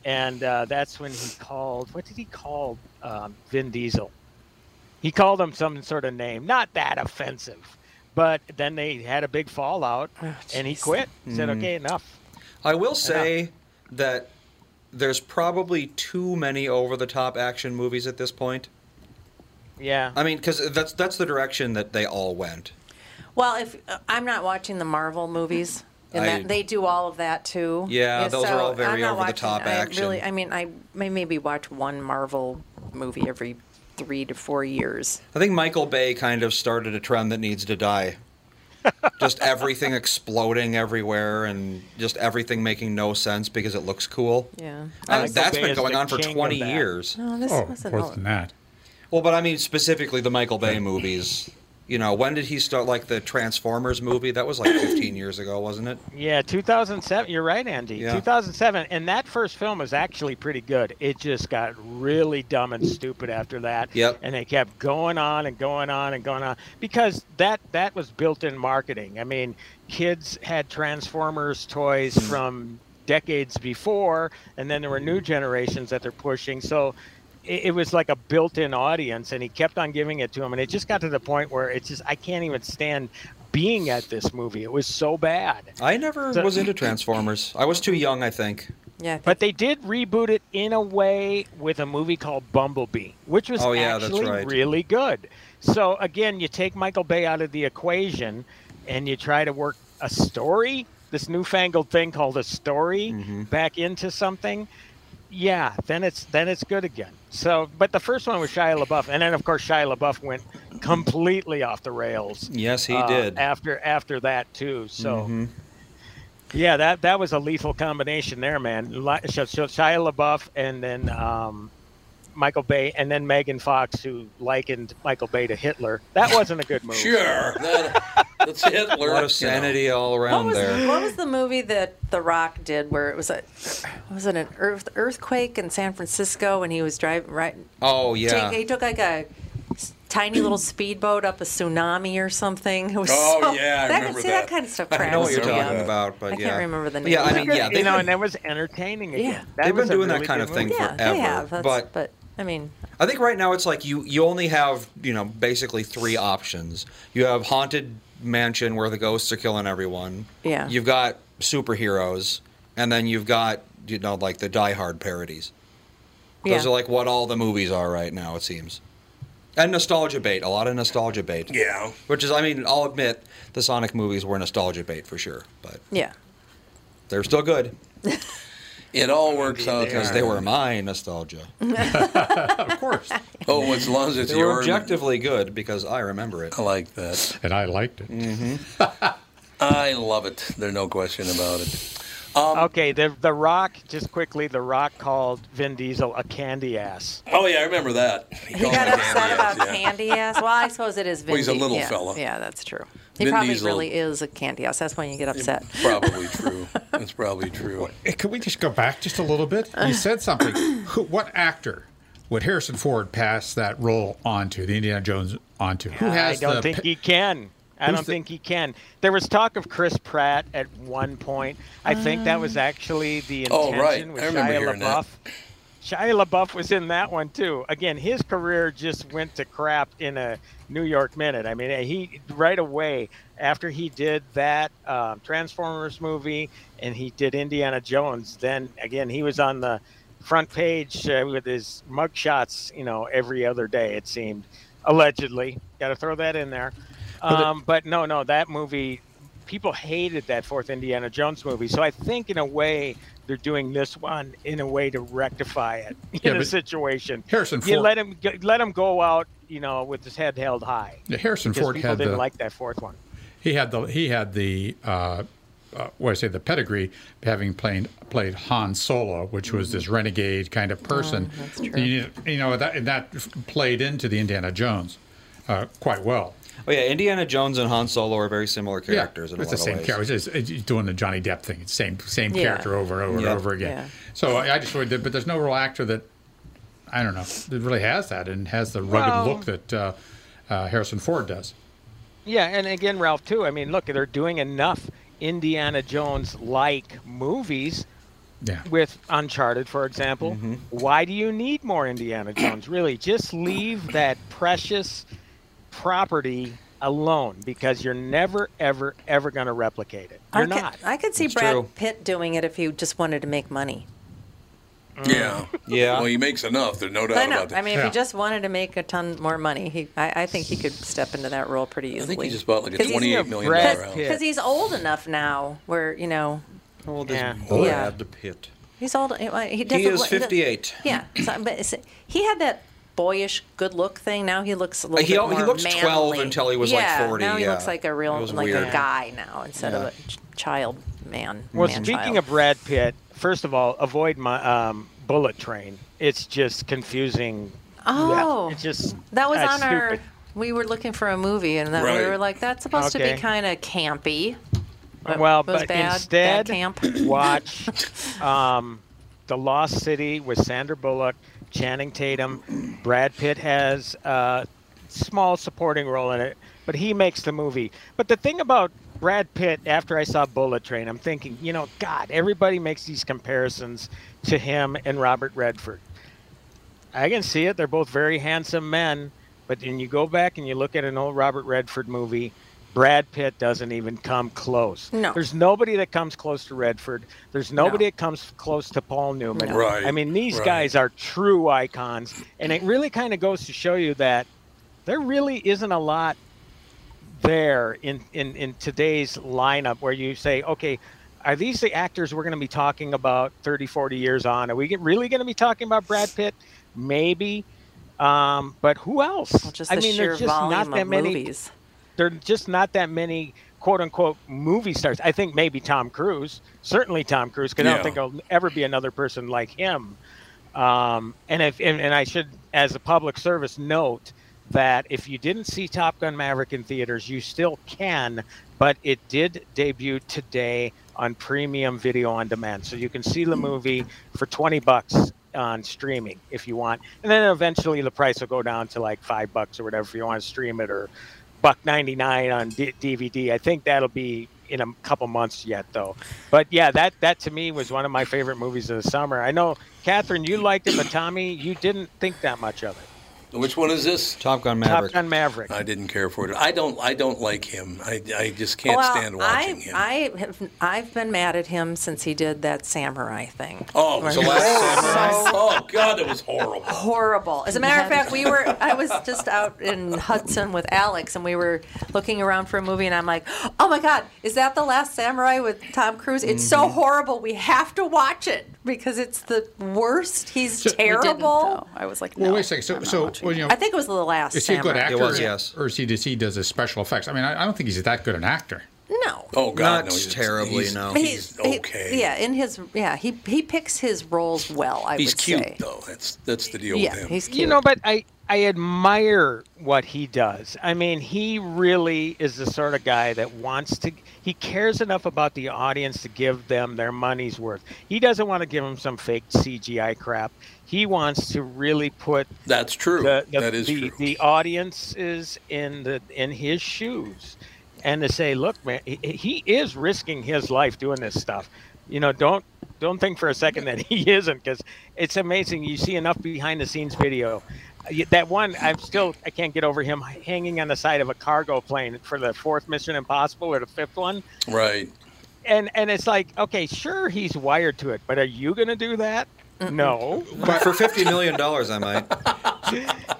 And uh, that's when he called, what did he call um, Vin Diesel? he called him some sort of name, not that offensive. But then they had a big fallout, and he quit. Said,
Mm.
"Okay, enough."
I will say that there's probably too many over the top action movies at this point.
Yeah.
I mean, because that's that's the direction that they all went.
Well, if uh, I'm not watching the Marvel movies, and
I-
that, they do all of that too.
Yeah, those are all very
I'm not
over-the-top
watching-
action.
I really, I mean, I may maybe watch one Marvel movie every three to four years.
I think Michael Bay kind of started a trend that needs to die. just everything exploding everywhere and just everything making no sense because it looks cool.
Yeah.
I
Michael
think that's
Bay
been
is
going
the
on for
king of
20
that.
years.
No, this Oh, wasn't worse all- than
that. Well, but I mean specifically the Michael Bay movies. You know, when did he start like the Transformers movie? That was like 15 years ago, wasn't it?
Yeah, 2007. You're right, Andy.
Yeah.
2007, and that first film was actually pretty good. It just got really dumb and stupid after that.
Yep.
And they kept going on and going on and going on because that that was built-in marketing. I mean, kids had Transformers
Hmm.
toys from decades before, and then there were
Hmm.
new generations that they're pushing. So. It it was like a built-in audience, and he kept on giving it to him, and it just got to the point where it's just I can't even stand being at this movie. It was so bad.
I never
So-
was into Transformers. I was too young, I think.
Yeah,
but they did reboot it in a way with a movie called Bumblebee, which was
Oh, yeah, that's
actually
right.
really good. So again, you take Michael Bay out of the equation, and you try to work a story, this newfangled thing called a story,
Mm-hmm.
back into something. Yeah, then it's then it's good again. So, but the first one was Shia LaBeouf, and then of course Shia LaBeouf went completely off the rails. uh,
Yes, he did.
After after that too. So.
Mhm.
Yeah, that that was a lethal combination there, man. Li- Sh- Sh- Shia LaBeouf and then um, Michael Bay, and then Megan Fox, who likened Michael Bay to Hitler. That wasn't a good move.
Sure, that, that's Hitler.
A lot of sanity all around
What was,
there.
what was the movie that The Rock did where it was a was it an earth, earthquake in San Francisco and he was driving right?
Oh yeah.
Take- he took like a s- tiny little speedboat up a tsunami or something. It was
Oh,
so-
yeah, I
that,
remember
see,
that.
kind of stuff.
I know what
cracks
you're
me
talking
up.
about, but
I can't
yeah.
remember the name.
Yeah, I
of
mean,
it.
yeah,
you
they've
know,
been-
and that was entertaining again.
Yeah.
That
They've
was
been
a
doing that
really
kind
good
of thing
movie.
Yeah,
forever,
they have. That's,
but-
but I mean,
I think right now it's like you you only have you know basically three options. You have haunted mansion where the ghosts are killing everyone.
Yeah.
You've got superheroes, and then you've got you know like the Die Hard parodies. Those
Yeah.
are like what all the movies are right now. It seems. And nostalgia bait, a lot of nostalgia bait.
Yeah.
Which is, I mean, I'll admit, the Sonic movies were nostalgia bait for sure, but
yeah.
they're still good.
It all works out
because
there.
they were my nostalgia.
Oh, as long as it's
they were
your
objectively good because I remember it. I
like that, Mm-hmm.
and I liked it. hmm
I love it. There's no question about it. Um,
okay, the the Rock. Just quickly, the Rock called Vin Diesel a candy ass.
Oh yeah, I remember that.
He got upset about candy ass. Well, I suppose it is. Vin
Well, he's a
Di-
little
yeah,
fella.
Yeah, that's true. He
Vin
probably
Diesel-
really is a candy ass. That's when you get upset.
Probably true. That's probably true.
Could we just go back just a little bit? You said something. Who, what actor would Harrison Ford pass that role onto, the Indiana Jones onto? Who has
I don't
the
think
pi-
he can. I
Who's
don't
the-
think he can. There was talk of Chris Pratt at one point. I think that was actually the
Oh,
intention
right.
with
I remember
Shia
hearing that.
LaBeouf. Shia LaBeouf was in that one too. Again, his career just went to crap in a New York minute. I mean, eh, he right away after he did that um, Transformers movie and he did Indiana Jones. Then again, he was on the front page uh, with his mugshots. You know, every other day it seemed. Allegedly, got to throw that in there. Um, but no, no, that movie people hated that fourth Indiana Jones movie. So I think, in a way, they're doing this one in a way to rectify it in
Yeah,
a
but
situation.
Harrison
you
Ford-
let him go- let him go out, you know, with his head held high.
Yeah, Harrison
Because
Ford
people
had
didn't
the-
like that fourth one.
He had the he had the uh, uh, what I say the pedigree of having played played Han Solo, which was this renegade kind of person.
that's true.
You, you know that and that played into the Indiana Jones uh, quite well.
Oh yeah, Indiana Jones and Han Solo are very similar characters
Yeah,
in a
it's
lot
the
of
same
ways.
character. It's, it's it's doing the Johnny Depp thing. It's same same
Yeah.
character over and over
Yeah.
and over again.
Yeah.
So I, I just really did, but there's no real actor that I don't know that really has that and has the rugged
Well-
look that uh, uh, Harrison Ford does.
Yeah, and again, Ralph, too. I mean, look, they're doing enough Indiana Jones like movies.
Yeah.
With Uncharted, for example, why do you need more Indiana Jones? Really, just leave that precious property alone because you're never, ever, ever going to replicate it. You're
I could,
not.
I could see
It's
Brad
true.
Pitt doing it if he just wanted to make money.
Yeah. Yeah. Well, he makes enough. There's no doubt
I know.
about that.
I mean, if he just wanted to make a ton more money, he, I, I think he could step into that role pretty easily.
I think he just bought like a
Because he's-
$28 million
Brad
house.
Because he's old enough now, where you know.
How old
is Yeah,
Brad Pitt?
he's old. He, he
He
doesn't
is
look- he doesn't-
58.
Yeah, so, but it's- he had that boyish good look thing. Now he looks a little.
He
bit
al- he
more
looked 12
manly.
until he was, like,
Yeah,
40,
Now he
yeah.
looks like a
It
real
was
like a
weird.
guy now instead
Yeah.
of a ch- child man.
Well,
man
speaking
child.
of Brad Pitt, first of all, avoid my um, bullet train. It's just confusing.
Oh,
it's just
That was
that's
on our.
stupid.
We were looking for a movie, and then we
Right.
were like, "That's supposed to
Okay.
be kind of campy."
well,
was
but
bad, bad
instead,
camp.
watch um, The Lost City with Sandra Bullock, Channing Tatum. Brad Pitt has a small supporting role in it, but he makes the movie. But the thing about Brad Pitt, after I saw Bullet Train, I'm thinking, you know, God, everybody makes these comparisons to him and Robert Redford. I can see it. They're both very handsome men. But then you go back and you look at an old Robert Redford movie, Brad Pitt doesn't even come close.
No.
There's nobody that comes close to Redford. There's nobody
No.
that comes close to Paul Newman.
No. Right,
I mean, these
right.
guys are true icons. And it really kind of goes to show you that there really isn't a lot there in, in, in today's lineup where you say, okay, are these the actors we're going to be talking about 30, 40 years on? Are we get- really going to be talking about Brad Pitt? Maybe. Um, but who else?
just
I
the
mean,
sheer
there's just
volume
not that
of
many.
movies.
There are just not that many quote unquote movie stars. I think maybe Tom Cruise, certainly Tom Cruise, because I
Yeah.
don't think there'll ever be another person like him. Um, and if and, and I should, as a public service, note that if you didn't see Top Gun Maverick in theaters, you still can, but it did debut today on premium video on demand, so you can see the movie for twenty bucks on streaming if you want, and then eventually the price will go down to like five bucks or whatever if you want to stream it or buck 99 on D- DVD. I think that'll be in a couple months yet though. But yeah, that that to me was one of my favorite movies of the summer. I know Catherine, you liked it, but Tommy, you didn't think that much of it.
Which one is this?
Top Gun
Maverick. Top Gun Maverick.
I didn't care for it. I don't. I don't like him. I, I just can't
well,
stand watching
I,
him.
I have, I've been mad at him since he did that samurai thing.
oh, it was the
Where-
last samurai. Oh God, it was horrible.
horrible. As a matter of fact, we were I was just out in Hudson with Alex and we were looking around for a movie and I'm like, "Oh my god, is that The Last Samurai with Tom Cruise? It's
Mm-hmm.
so horrible. We have to watch it because it's the worst. He's terrible."
I was like,
Well, wait a second. So, so well, you know,
I think it was The Last
is he a
Samurai.
good actor?
was, yes.
Or is he, does he does his special effects? I mean, I, I don't think he's that good an actor.
No.
Oh
God, Not no, he's- terribly, he's- no.
He's, he- yeah, in his yeah, he he picks his roles well, I
he's
would
cute
say.
though. That's that's the deal with him.
You know, but I I admire what he does. I mean, he really is the sort of guy that wants to. He cares enough about the audience to give them their money's worth. He doesn't want to give them some fake CGI crap. He wants to really put
that's true.
The, the,
That is
the,
true.
The audience is in the in his shoes, and to say, look, man, he, he is risking his life doing this stuff. You know, don't don't think for a second that he isn't, because it's amazing. You see enough behind the scenes video. Uh, y- That one, I'm still I can't get over him hanging on the side of a cargo plane for the fourth Mission Impossible or the fifth one.
Right.
And and it's like, okay, sure he's wired to it, but are you gonna do that? No.
for fifty million dollars, I might.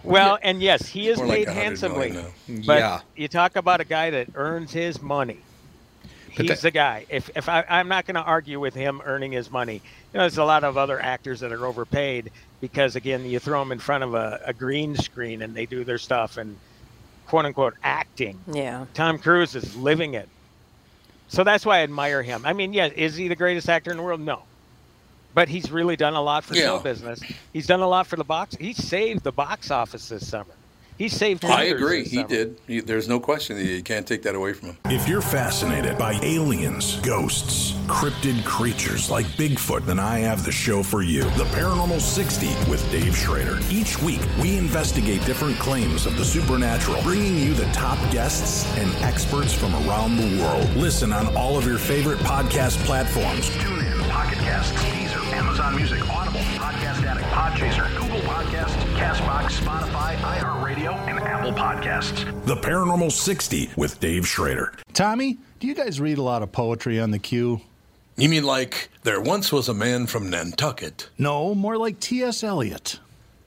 Well, and yes, he is
More like
paid
100
handsomely.
million now.
But
Yeah.
you talk about a guy that earns his money.
But
He's the guy. If, if I, I'm not going to argue with him earning his money, you know, there's a lot of other actors that are overpaid because again, you throw them in front of a, a green screen and they do their stuff and quote unquote acting.
Yeah.
Tom Cruise is living it. So that's why I admire him. I mean, yeah, is he the greatest actor in the world? No. But he's really done a lot for show
Yeah.
business. He's done a lot for the box. He saved the box office this summer. He saved.
I
theaters
agree.
this
He
summer.
did. He, there's no question. You can't take that away from him.
If you're fascinated by aliens, ghosts, cryptid creatures like Bigfoot, then I have the show for you The Paranormal 60 with Dave Schrader. Each week, we investigate different claims of the supernatural, bringing you the top guests and experts from around the world. Listen on all of your favorite podcast platforms.
Pocket Casts, Deezer, Amazon Music, Audible, Podcast Addict, Podchaser, Google Podcasts, Castbox, Spotify, iHeartRadio, and Apple Podcasts.
The Paranormal 60 with Dave Schrader.
Tommy, do you guys read a lot of poetry on the queue?
You mean like there once was a man from Nantucket?
No, more like T.S. Eliot.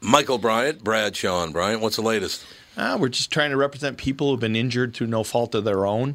Michael Bryant, Brad Sean Bryant. What's the latest?
Ah, we're just trying to represent people who've been injured through no fault of their own.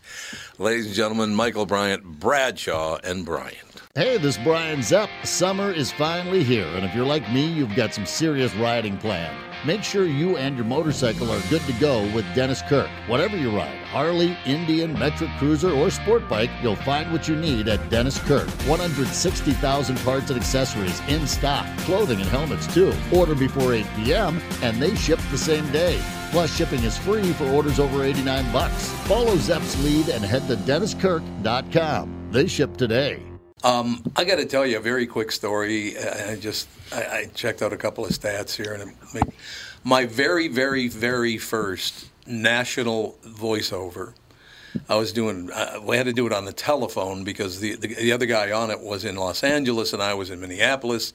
Ladies and gentlemen, Michael Bryant, Bradshaw, and Bryant.
Hey, this Brian Zepp. Summer is finally here, and if you're like me, you've got some serious riding planned. Make sure you and your motorcycle are good to go with Dennis Kirk. Whatever you ride Harley, Indian, Metric Cruiser, or Sport Bike you'll find what you need at Dennis Kirk. 160,000 parts and accessories in stock, clothing and helmets too. Order before 8 p.m., and they ship the same day. Plus, shipping is free for orders over 89 bucks. Follow Zepp's lead and head to DennisKirk.com. They ship today.
Um, I got to tell you a very quick story. I I just I, I checked out a couple of stats here, and it made- my very, very, very first national voiceover. I was doing. Uh, we had to do it on the telephone because the, the the other guy on it was in Los Angeles and I was in Minneapolis.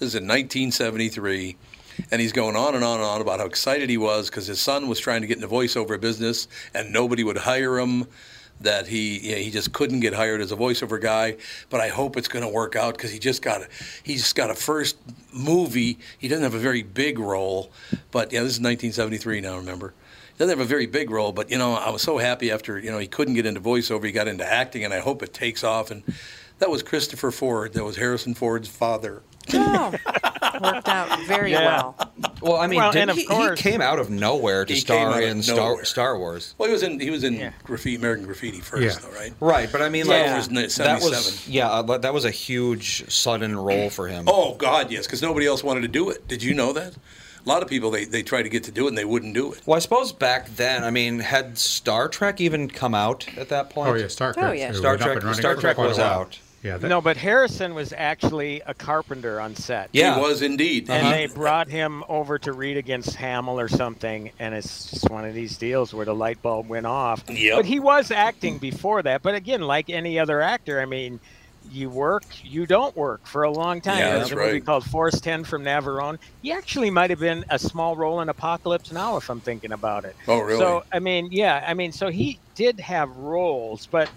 This is in 1973, and he's going on and on and on about how excited he was because his son was trying to get into voiceover business and nobody would hire him. That he you know, he just couldn't get hired as a voiceover guy. But I hope it's going to work out because he just got a, he just got a first movie. He doesn't have a very big role, but yeah, this is 1973 now. Remember doesn't have a very big role, but you know, I was so happy after you know he couldn't get into voiceover, he got into acting, and I hope it takes off. And That was Christopher Ford. That was Harrison Ford's father.
Worked out very
Yeah.
well.
Well, I mean,
Well,
did
and of
he, he
course-
came out of nowhere to
He came
star
out of
in Star,
nowhere.
Star Wars.
Well, he was in he was in graffiti, American Graffiti first, though, right?
Right, but I mean,
Yeah.
like,
That was in
that
77.
was yeah, uh, that was a huge sudden role for him.
Oh God, yes, because nobody else wanted to do it. Did you know that? A lot of people they they tried to get to do it and they wouldn't do it.
Well, I suppose back then, I mean, had Star Trek even come out at that point?
Oh, yeah, Star
Oh, Trek. yeah. It
Star
was up
Trek.
and running
Star
for
Trek
quite a
was
while.
out.
Yeah,
no, but Harrison was actually a carpenter on set.
He Yeah. was indeed.
And
Uh-huh.
they brought him over to read against Hamill or something, and it's just one of these deals where the light bulb went off.
Yep.
But he was acting before that. But again, like any other actor, I mean, you work, you don't work for a long time.
Yeah,
There
that's
was a movie
right.
called Force 10 from Navarone. He actually might have been a small role in Apocalypse Now, if I'm thinking about it.
Oh, really?
So, I mean, yeah, I mean, so he did have roles, but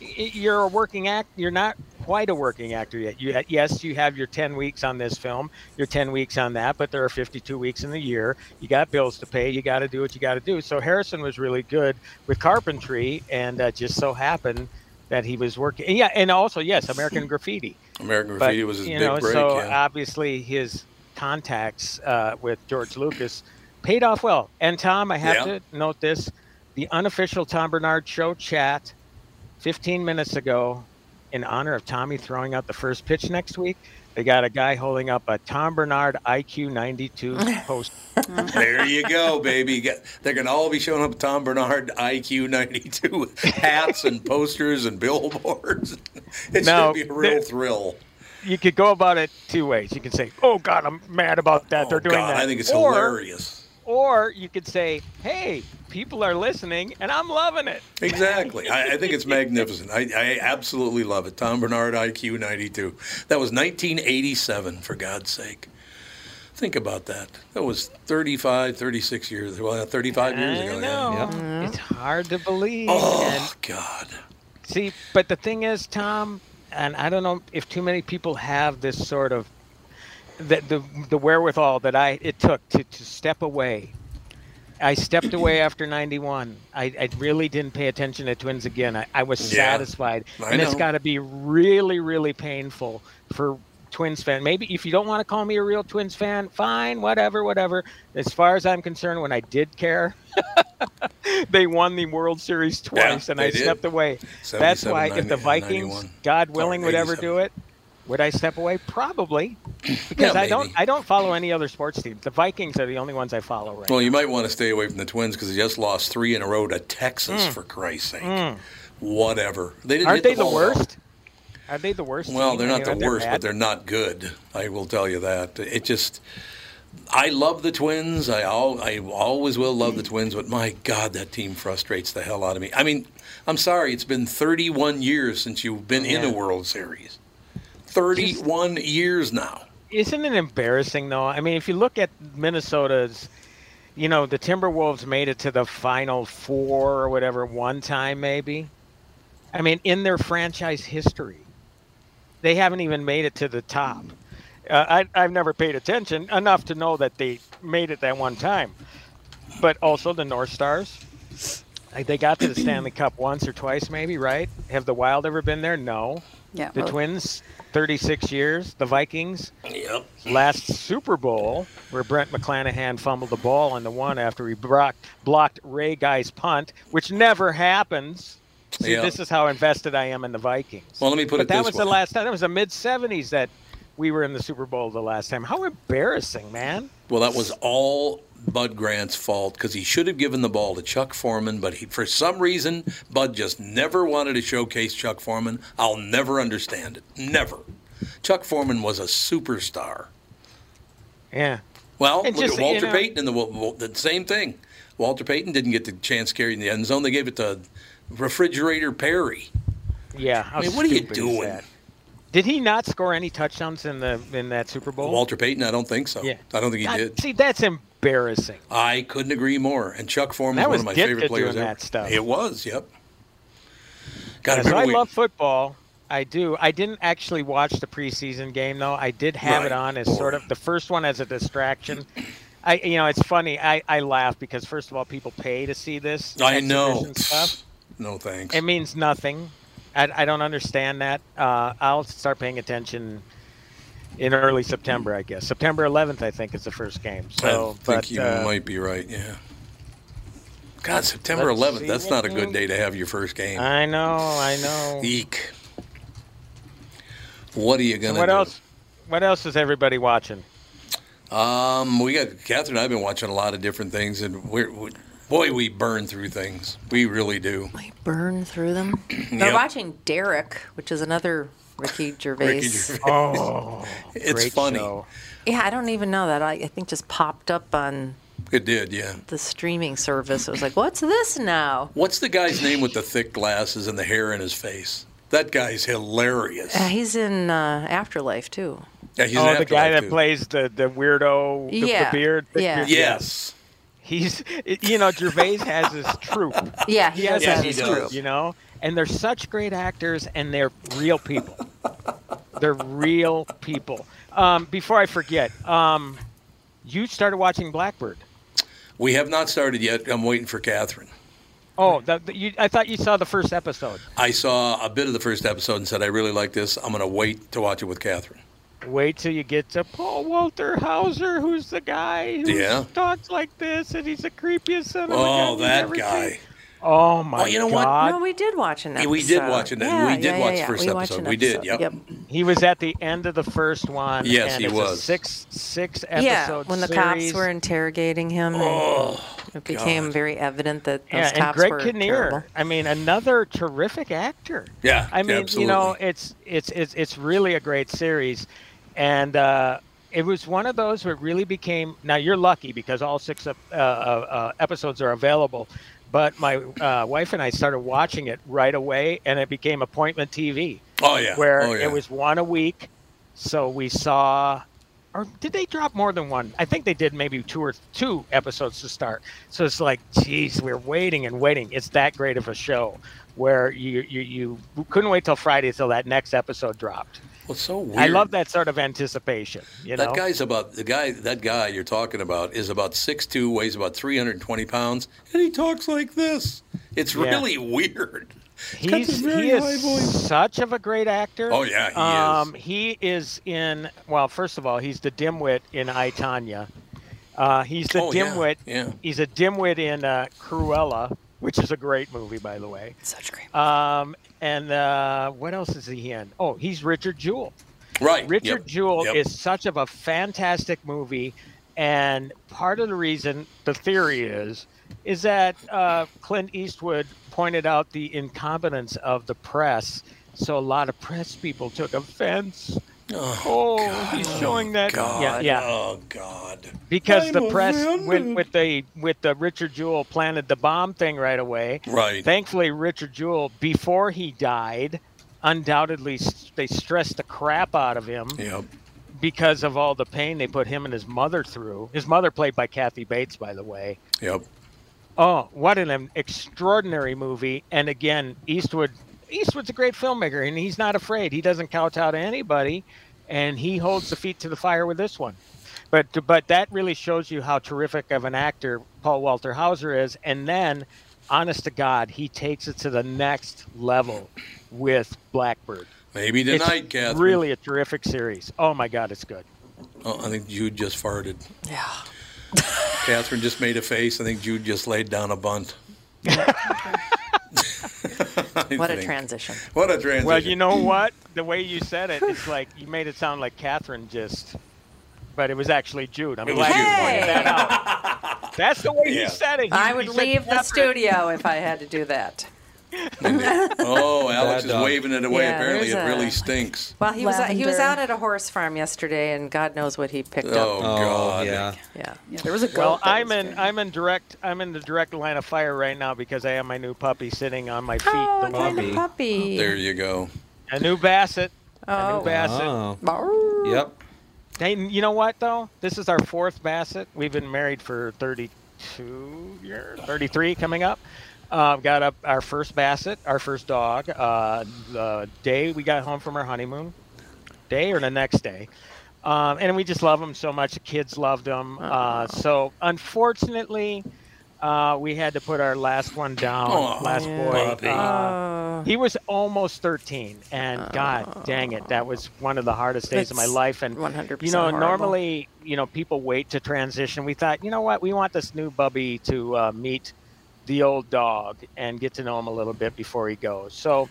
y- you're a working act. You're not quite a working actor yet. You, yes, you have your 10 weeks on this film, your 10 weeks on that, but there are 52 weeks in the year. You got bills to pay. You got to do what you got to do. So Harrison was really good with carpentry, and uh, just so happened that he was working. and yeah, and also yes, American Graffiti.
American Graffiti was his
you
big
know,
break,
So
yeah.
obviously his contacts uh, with George Lucas paid off well. And Tom, I have
Yeah.
to note this: the unofficial Tom Bernard Show chat 15 minutes ago, in honor of Tommy throwing out the first pitch next week. They got a guy holding up a Tom Bernard IQ 92 post.
there you go, baby. You got- They're going to all be showing up with Tom Bernard IQ 92 with hats and posters and billboards. It's
Now,
going to be a real
there-
thrill.
You could go about it two ways. You can say, "Oh God, I'm mad about that. They're doing
Oh, God,
that."
I think it's
Or-
hilarious.
Or you could say, hey, people are listening and I'm loving it.
Exactly. I, I think it's magnificent. I, I absolutely love it. Tom Bernard IQ 92. That was 1987, for God's sake. Think about that. That was 35, 36 years. Well, 35 years
I
ago. yeah.
know. It's hard to believe.
Oh,
God. See, but the thing is, Tom, and I don't know if too many people have this sort of the the, the wherewithal that I it took to, to step away. I stepped away after 91. I, I really didn't pay attention to twins again. I, I was
Yeah.
satisfied.
I
and it's
know.
got to be really, really painful for twins fan. Maybe if you don't want to call me a real twins fan, fine, whatever, whatever. As far as I'm concerned, when I did care, they won the World Series
Yeah,
twice, and
they
I
did.
stepped away. That's
77,
why, if the
90,
Vikings,
91.
God willing, would ever
87.
do it, would I step away? Probably, because
Yeah,
I don't.
maybe.
I don't follow any other sports teams. The Vikings are the only ones I follow right.
Well, you might want to stay away from the Twins because they just lost three in a row to Texas,
Mm.
for Christ's sake.
Mm.
Whatever. They didn't
Hmm. Aren't
hit
they the
ball well.
worst? Are they the worst?
Well,
team?
they're
I
not the
mean,
worst,
bad.
but they're not good. I will tell you that. It just, I love the Twins. I all, I always will love the Twins, but my God, that team frustrates the hell out of me. I mean, I'm sorry, it's been 31 years since you've been in a
Yeah.
World Series. 31 years now.
Isn't it embarrassing though? I mean, if you look at Minnesota's, you know, the Timberwolves made it to the final four or whatever one time maybe. I mean, in their franchise history, they haven't even made it to the top. Uh, I, I've never paid attention enough to know that they made it that one time. But also the North Stars, like they got to the Stanley Cup once or twice, maybe, right? Have the Wild ever been there? No.
Yeah,
The
well-
Twins, 36 years. The Vikings,
yep.
last Super Bowl, where Brent McClanahan fumbled the ball on the one after he blocked, blocked Ray Guy's punt, which never happens. See,
Yeah.
this is how invested I am in the Vikings.
Well, let me put
but
it
that
this
was
way.
the last time. That was the mid 70s that we were in the Super Bowl the last time. How embarrassing, man.
Well, that was all Bud Grant's fault because he should have given the ball to Chuck Foreman, but he, for some reason, Bud just never wanted to showcase Chuck Foreman. I'll never understand it. Never. Chuck Foreman was a superstar.
Yeah.
Well,
And
look
just,
at
you
Walter
know-
Payton and the, Wa- Wa- the same thing. Walter Payton didn't get the chance carrying the end zone. They gave it to refrigerator Perry.
Yeah.
I
How
mean, what are you
stupid is
doing?
that? Did he not score any touchdowns in the in that Super Bowl?
Walter Payton, I don't think so.
Yeah.
I don't think he
God,
did.
See, that's embarrassing.
I couldn't agree more. And Chuck Foreman is
That
one
was
of my
Ditka
favorite players
doing
ever.
that stuff.
It was, yep. God,
Yeah, so
remember
I
we-
love football. I do. I didn't actually watch the preseason game though. I did have
Right.
it on as sort of the first one as a distraction. I, you know, it's funny. I, I laugh because first of all, people pay to see this.
I know.
exhibition Stuff.
No thanks.
It means nothing. I, I don't understand that. Uh, I'll start paying attention in early September, I guess. September 11th, I think, is the first game. So,
I think
but,
you
uh,
might be right. Yeah. God, September
Let's
11th.
see
That's
what
not a good
game.
day to have your first game.
I know, I know.
Eek. What are you
So
gonna
what
do?
else? What else is everybody watching?
Um, we got Catherine. and I've been watching a lot of different things, and we're, we, boy, we burn through things. We really do.
Burn through them.
Yep.
They're watching Derek, which is another Ricky Gervais.
Ricky Gervais. Oh, It's great funny. show.
Yeah, I don't even know that. I, I think just popped up on
It did, yeah.
the streaming service. I was like, what's this now?
What's the guy's name with the thick glasses and the hair in his face? That guy's hilarious.
Uh, he's in uh, Afterlife too.
Yeah, he's
oh,
an
the
actor,
guy
like,
that
too.
plays the, the weirdo, the, the
Yeah,
beard. the
yeah.
beard-
Yes.
He's, you know, Gervais has his troupe.
Yeah, he does have
his
his
troupe,
troupe.
You know, and they're such great actors, and they're real people. they're real people. Um, before I forget, um, you started watching Blackbird.
We have not started yet. I'm waiting for Catherine.
Oh, that, that you, I thought you saw the first episode.
I saw a bit of the first episode and said, I really like this. I'm going to wait to watch it with Catherine.
Wait till you get to Paul Walter Hauser, who's the guy who
Yeah.
talks like this, and he's the creepiest son of a gun
Oh,
you've
that
ever
guy.
seen. Oh my!
Oh, you know what?
God.
No, we did watch an
Yeah,
episode.
we did watch an-
Yeah,
we did
yeah, yeah,
watch the
yeah.
first
we watched
episode.
an
We did,
episode.
yep.
He was at the end of the first one.
Yes,
and
he
it's a
was.
six six episode.
Yeah, when the cops
series.
were interrogating him, and
Oh,
it became
God.
very evident that those
Yeah, and
cops
Greg
were
Kinnear.
terrible.
I mean, another terrific actor.
Yeah,
I mean, you know, it's it's it's it's really a great series, and uh, it was one of those where it really became. Now you're lucky because all six ep- uh, uh, uh, episodes are available, but my uh, wife and I started watching it right away, and it became appointment TV.
Oh, yeah.
where
Oh, yeah.
it was one a week, so we saw. Or did they drop more than one? I think they did maybe two or two episodes to start. So it's like, geez, we're waiting and waiting. It's that great of a show where you you, you couldn't wait till Friday till that next episode dropped.
Well, so
I
weird.
love that sort of anticipation. You know,
That guy's about the guy. That guy you're talking about is about 6'2", weighs about 320 pounds, and he talks like this. It's
Yeah.
really weird. He's got
He's,
this very
he
high
is
voice.
such of a great actor.
Oh, yeah, he is.
um, is. He is in. Well, first of all, he's the dimwit in I Tanya. Uh, he's the
Oh, yeah,
dimwit.
yeah.
He's a dimwit in uh, Cruella, which is a great movie, by the way. Such great. Um, and uh, what else is he in? Oh, he's Richard Jewell.
Right.
Richard
yep,
Jewell
yep.
is such of a fantastic movie, and part of the reason the theory is is that uh, Clint Eastwood pointed out the incompetence of the press, so a lot of press people took offense.
Oh,
he's showing that. Yeah,
God.
yeah.
Oh God.
Because
I'm
the press
offended.
went with the with the Richard Jewell planted the bomb thing right away.
Right.
Thankfully, Richard Jewell, before he died, undoubtedly s- they stressed the crap out of him
Yep.
because of all the pain they put him and his mother through. His mother, played by Kathy Bates, by the way.
Yep.
Oh, what an extraordinary movie! And again, Eastwood. Eastwood's a great filmmaker, and he's not afraid. He doesn't kowtow to anybody, and he holds the feet to the fire with this one. But but that really shows you how terrific of an actor Paul Walter Hauser is. And then, honest to God, he takes it to the next level with Blackbird.
Maybe
It's
tonight, Catherine.
Really a terrific series. Oh my God, it's good.
Oh, I think Jude just farted. Yeah. Catherine just made a face. I think Jude just laid down a bunt. I
What a
think.
transition.
What a transition.
Well, you know what? The way you said it, it's like you made it sound like Catherine just, but it was actually Jude. I'm
It was
glad you
Jude.
pointed that out. That's the way
Yeah.
you said it. You-
I
you
would
said
leave the
Catherine.
studio if I had to do that.
Oh, Alex
Bad
is
dog.
waving it away.
Yeah,
Apparently, it
there's a-
really stinks.
Well, he was uh, he was
Lavender.
out at a horse farm yesterday, and God knows what he picked
Oh,
up.
God.
yeah.
Yeah, there was a goat.
Well,
that
I'm
was
in I'm in direct I'm in the direct line of fire right now because I have my new puppy sitting on my feet.
Oh,
the
I found
puppy.
a puppy.
There you go.
A new basset. A
Oh.
new basset.
Bark.
Yep.
Hey, you know what though? This is our fourth Bassett. We've been married for 32 years, 33 coming up. Uh, got up our first Bassett, our first dog. Uh, the day we got home from our honeymoon, day or the next day, um, and we just love them so much. The kids loved them. Uh, so unfortunately, Uh, we had to put our last one down,
Aw,
last
puppy.
boy. Uh, he was almost 13, and God dang it, that was one of the hardest days of my
That's
life. And
100%
you know,
horrible.
normally, you know, people wait to transition. We thought, you know what, we want this new bubby to uh, meet the old dog and get to know him a little bit before he goes. So,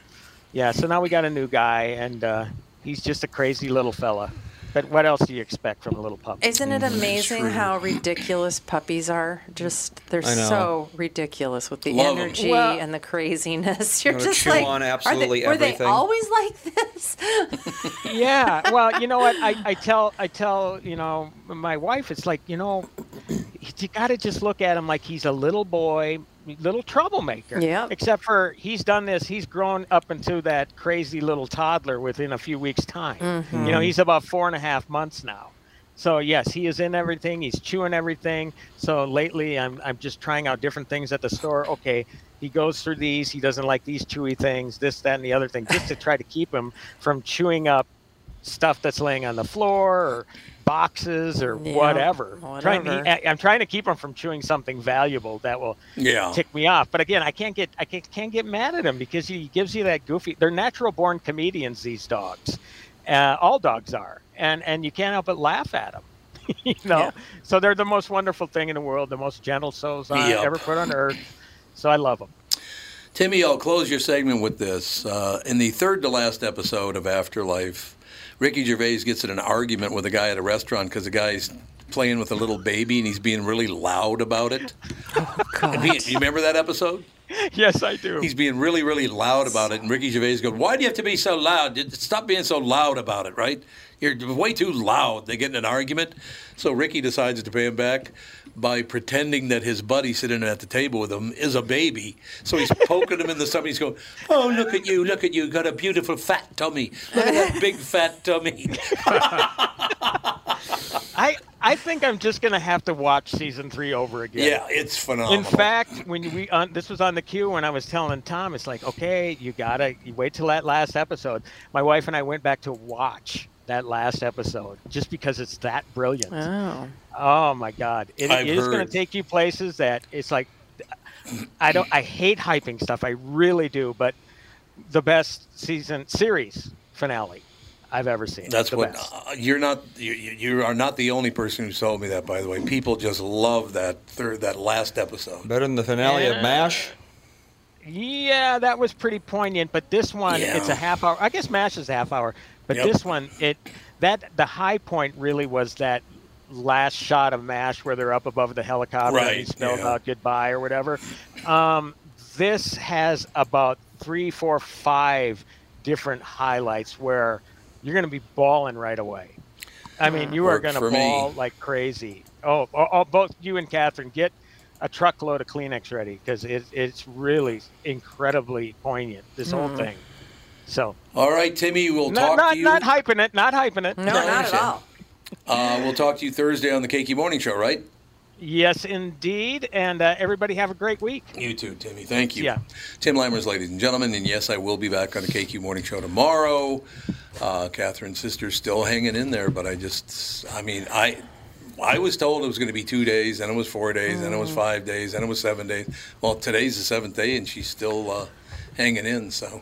yeah, so now we got a new guy, and uh, he's just a crazy little fella. But what else do you expect from a little puppy?
Isn't it amazing how ridiculous puppies are? Just they're
I know.
so ridiculous with the
Love 'em.
energy
Well-
and the craziness. You're
Gonna
just
chew
like,
on
are they-
absolutely
were they
everything.
always like this?
yeah. Well, you know what? I, I tell I tell you know my wife. It's like you know, you got to just look at him like he's a little boy, little troublemaker.
Yeah.
Except for he's done this. He's grown up into that crazy little toddler within a few weeks' time.
Mhm.
You know, he's about four and a half months now. So yes, he is in everything. He's chewing everything. So lately, I'm I'm just trying out different things at the store. Okay, he goes through these. He doesn't like these chewy things, this, that, and the other thing, just to try to keep him from chewing up stuff that's laying on the floor or boxes or
Yeah,
whatever. Trying to-
whatever.
I- I'm trying to keep him from chewing something valuable that will
Yeah.
tick me off. But again, I can't get I can't, can't get mad at him because he gives you that goofy. They're natural born comedians. These dogs, uh, all dogs are, and and you can't help but laugh at them. you know, so they're the most wonderful thing in the world, the most gentle souls I
Yep.
ever put on earth. So I love them.
Timmy, I'll close your segment with this. Uh, in the third to last episode of Afterlife, Ricky Gervais gets in an argument with a guy at a restaurant because the guy's playing with a little baby and he's being really loud about it.
Oh,
And he- you remember that episode?
Yes, I do.
He's being really, really loud about it. And Ricky Gervais goes, Why do you have to be so loud? Just Stop being so loud about it, right? You're way too loud. They get in an argument. So Ricky decides to pay him back by pretending that his buddy sitting at the table with him is a baby. So he's poking him in the stomach. He's going, Oh, look at you. Look at you. Got a beautiful fat tummy. Look at that big fat tummy.
I I think I'm just gonna have to watch season three over again.
Yeah, it's phenomenal.
In fact, when we on this was on the queue when I was telling Tom, it's like, okay, you gotta you wait till that last episode. My wife and I went back to watch that last episode just because it's that brilliant.
Oh,
my God, It-
I've
it is gonna
heard.
take you places that it's like, I don't, I hate hyping stuff, I really do, but the best season series finale I've ever seen.
That's
the
what
best.
uh, you're not. You, you you are not the only person who told me that. By the way, people just love that third, that last episode.
Better than the finale
Yeah.
of MASH.
Yeah, that was pretty poignant. But this one,
Yeah.
it's a half hour. I guess Mash is a half hour, but
Yep.
this one, it that the high point really was that last shot of Mash where they're up above the helicopter
Right,
and he's spelled
yeah.
out goodbye or whatever. Um, this has about three, four, five different highlights where you're going to be balling right away. I mean, you are
Worked
going to
for me.
ball like crazy. Oh, oh, oh, both you and Catherine, get a truckload of Kleenex ready because it, it's really incredibly poignant, this whole
Mm.
thing. So,
All right, Timmy, we'll
not,
talk
not,
to you.
not hyping it, not hyping it.
No, I not at understand. all. uh, we'll talk to you Thursday on the Cakey Morning Show, right?
Yes, indeed. And uh, everybody have a great week.
You too, Timmy. Thank you.
Yeah.
Tim Lammers, ladies and gentlemen, and yes, I will be back on the KQ Morning Show tomorrow. Uh, Catherine's sister's still hanging in there, but I just, I mean, I, I was told it was going to be two days, then it was four days, then it
Mm.
was five days, then it was seven days. Well, today's the seventh day, and she's still uh, hanging in, so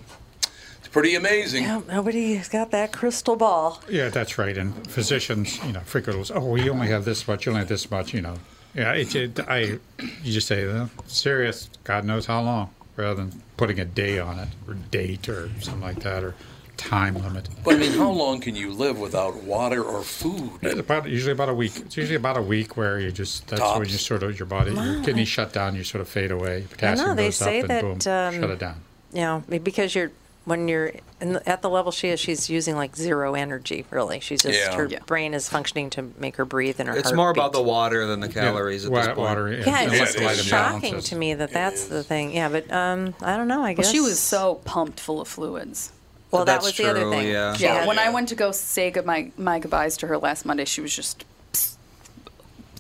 it's pretty amazing.
yeah, nobody's got that crystal ball.
Yeah, that's right. And physicians, you know, frequently, was, oh, we only have this much, you only have this much, you know. Yeah, it, it, I, you just say, well, serious, God knows how long, rather than putting a day on it, or date, or something like that, or time limit.
But I mean, how long can you live without water or food?
It's about, usually about a week. It's usually about a week where you just, that's when you sort of, your body, your
Wow.
kidneys shut down, you sort of fade away. Potassium
I know they
goes
say
up
that
and boom,
um,
shut it down.
You know, because you're when you're in the, at the level she is, she's using like zero energy. Really, she's just
Yeah.
her
Yeah.
brain is functioning to make her breathe and her.
It's
heart
more about
beats.
the water than the calories at this
wa-
point.
water, yeah.
Yeah, it's just shocking to me that that's the thing. Yeah, but um, I don't know. I
Well,
guess
she was so pumped full of fluids.
Well, that That's was the other true, thing. yeah. She
Yeah,
had-
when I went to go say good my, my goodbyes to her last Monday, she was just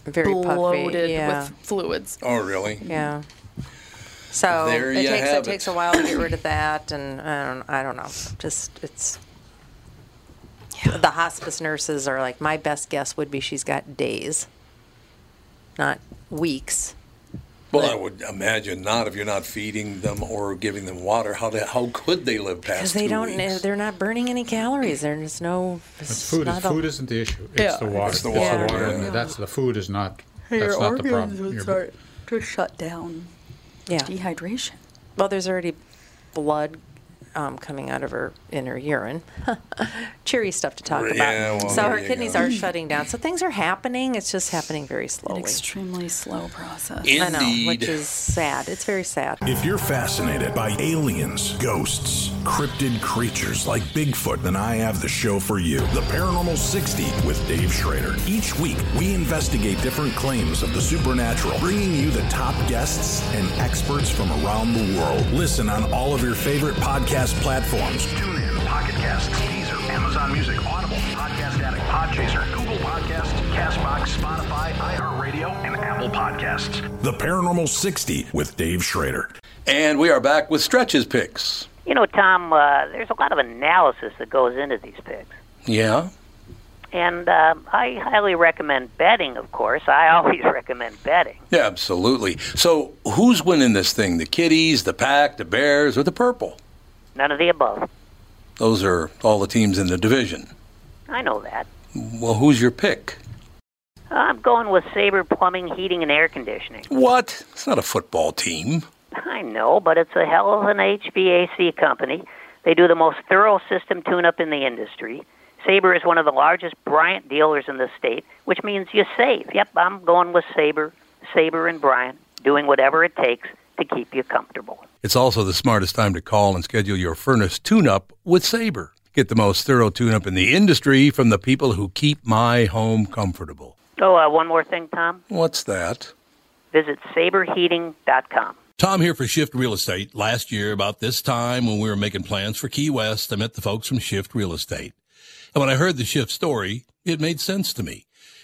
very puffy,
bloated
yeah.
with fluids.
Oh, really?
Yeah. So
There
it
you
takes
have
it
it.
takes a while to get rid of that, and I don't I don't know. Just it's the hospice nurses are like my best guess would be she's got days, not weeks.
Well, I would imagine not if you're not feeding them or giving them water. How the, how could they live
Because
past
they
two
don't,
weeks?
they're not burning any calories. There's no. it's
Food, is,
not a-
food isn't the issue. It's
Yeah.
the water.
It's the water.
and
Yeah.
That's the food is not.
Your
That's not the
organs
problem.
would
Your-
start-
to shut down.
Yeah.
Dehydration.
Well, there's already blood um, coming out of her in her urine. Cheery stuff to talk
Yeah,
about.
well,
so
there
her
you
kidneys
go.
are shutting down. So things are happening. It's just happening very slowly.
extremely slow process.
I know, which
Indeed.
is sad. It's very sad.
If you're fascinated by aliens, ghosts, cryptid creatures like Bigfoot, then I have the show for you The Paranormal 60 with Dave Schrader. Each week, we investigate different claims of the supernatural, bringing you the top guests and experts from around the world. Listen on all of your favorite podcast platforms.
Tune in, Pocket Casts, Deezer, Amazon Music, Audible, Podcast Addict, Podchaser, Google Podcasts, Castbox, Spotify, iHeartRadio, and Apple Podcasts.
The Paranormal 60 with Dave Schrader.
And we are back with stretches picks.
You know, Tom, uh, there's a lot of analysis that goes into these picks.
Yeah.
And uh, I highly recommend betting, of course. I always recommend betting.
Yeah, absolutely. So who's winning this thing? The kitties, the pack, the bears, or the purple?
None of the above.
Those are all the teams in the division.
I know that.
Well, who's your pick?
I'm going with Sabre Plumbing, Heating, and Air Conditioning.
What? It's not a football team.
I know, but it's a hell of an HVAC company. They do the most thorough system tune up in the industry. Sabre is one of the largest Bryant dealers in the state, which means you save. Yep, I'm going with Sabre, Sabre and Bryant, doing whatever it takes to keep you comfortable.
It's also the smartest time to call and schedule your furnace tune up with Sabre. Get the most thorough tune up in the industry from the people who keep my home comfortable.
Oh, uh, one more thing, Tom.
What's that?
Visit saberheating.com.
Tom here for Shift Real Estate. Last year, about this time when we were making plans for Key West, I met the folks from Shift Real Estate. And when I heard the Shift story, it made sense to me.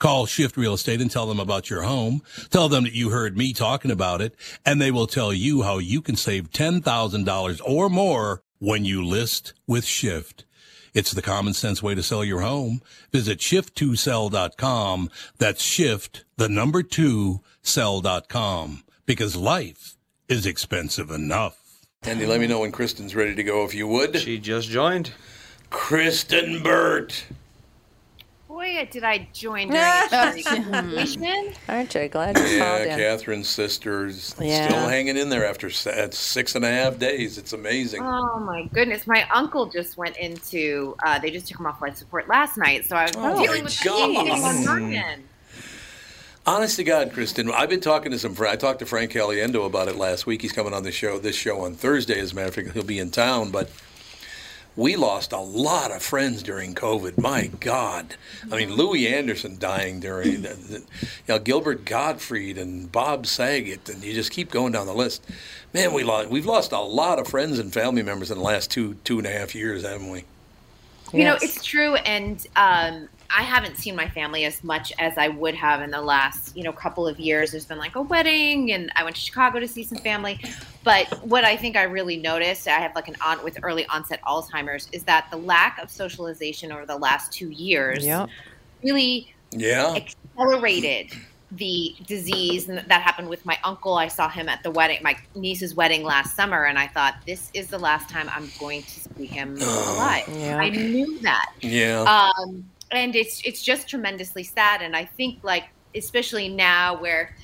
Call Shift Real Estate and tell them about your home. Tell them that you heard me talking about it and they will tell you how you can save $10,000 or more when you list with Shift. It's the common sense way to sell your home. Visit shift2sell.com. That's shift, the number two, sell.com because life is expensive enough.
Andy, let me know when Kristen's ready to go, if you would. She just joined. Kristen Burt.
Boy, did I join during a completion.
Aren't you glad you called
Yeah,
in?
Catherine's sister's
Yeah.
still hanging in there after s- at six and a half days. It's amazing.
Oh my goodness! My uncle just went into. Uh, they just took him off life support last night, so I was
Oh,
dealing
my
with
God.
the Morgan.
Honest to God, Kristen, I've been talking to some friends. I talked to Frank Caliendo about it last week. He's coming on the show, this show on Thursday, as a matter of fact. He'll be in town, but we lost a lot of friends during COVID. My God. I mean, Louis Anderson dying during, the, the- you know, Gilbert Gottfried and Bob Saget, and you just keep going down the list. Man, we lost, we've lost a lot of friends and family members in the last two, two and a half years, haven't we?
You know, it's true, and um, I haven't seen my family as much as I would have in the last, you know, couple of years. There's been like a wedding, and I went to Chicago to see some family. But what I think I really noticed, I have like an aunt with early onset Alzheimer's, is that the lack of socialization over the last two years
Yeah.
really
Yeah.
accelerated the disease and that happened with my uncle i saw him at the wedding my niece's wedding last summer and i thought this is the last time i'm going to see him
Oh.
alive
Yeah.
i knew that
Yeah.
um, and it's it's just tremendously sad and i think like especially now where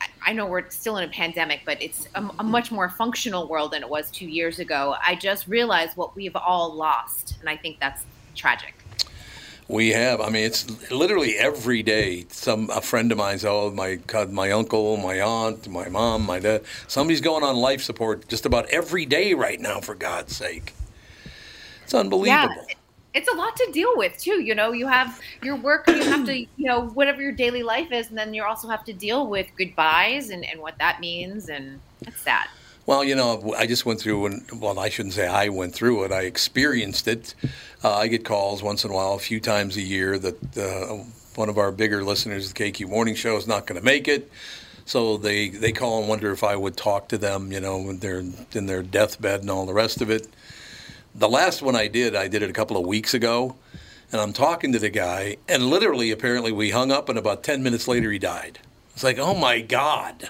I- I know we're still in a pandemic, but it's a, a much more functional world than it was two years ago. I just realized what we've all lost, and I think that's tragic.
We have. I mean, it's literally every day. Some a friend of mine's. Oh, my God, my uncle, my aunt, my mom, my dad. Somebody's going on life support just about every day right now. For God's sake, it's unbelievable.
Yeah, it's a lot to deal with too. You know, you have your work, you have to, you know, whatever your daily life is, and then you also have to deal with goodbyes and, and what that means, and it's sad.
Well, you know, I just went through, and well, I shouldn't say I went through it. I experienced it. Uh, I get calls once in a while, a few times a year, that uh, one of our bigger listeners, the KQ Morning Show, is not going to make it. So they, they call and wonder if I would talk to them, you know, when they're in their deathbed and all the rest of it. The last one I did, I did it a couple of weeks ago, and I'm talking to the guy, and literally, apparently, we hung up, and about 10 minutes later, he died. It's like, oh my God.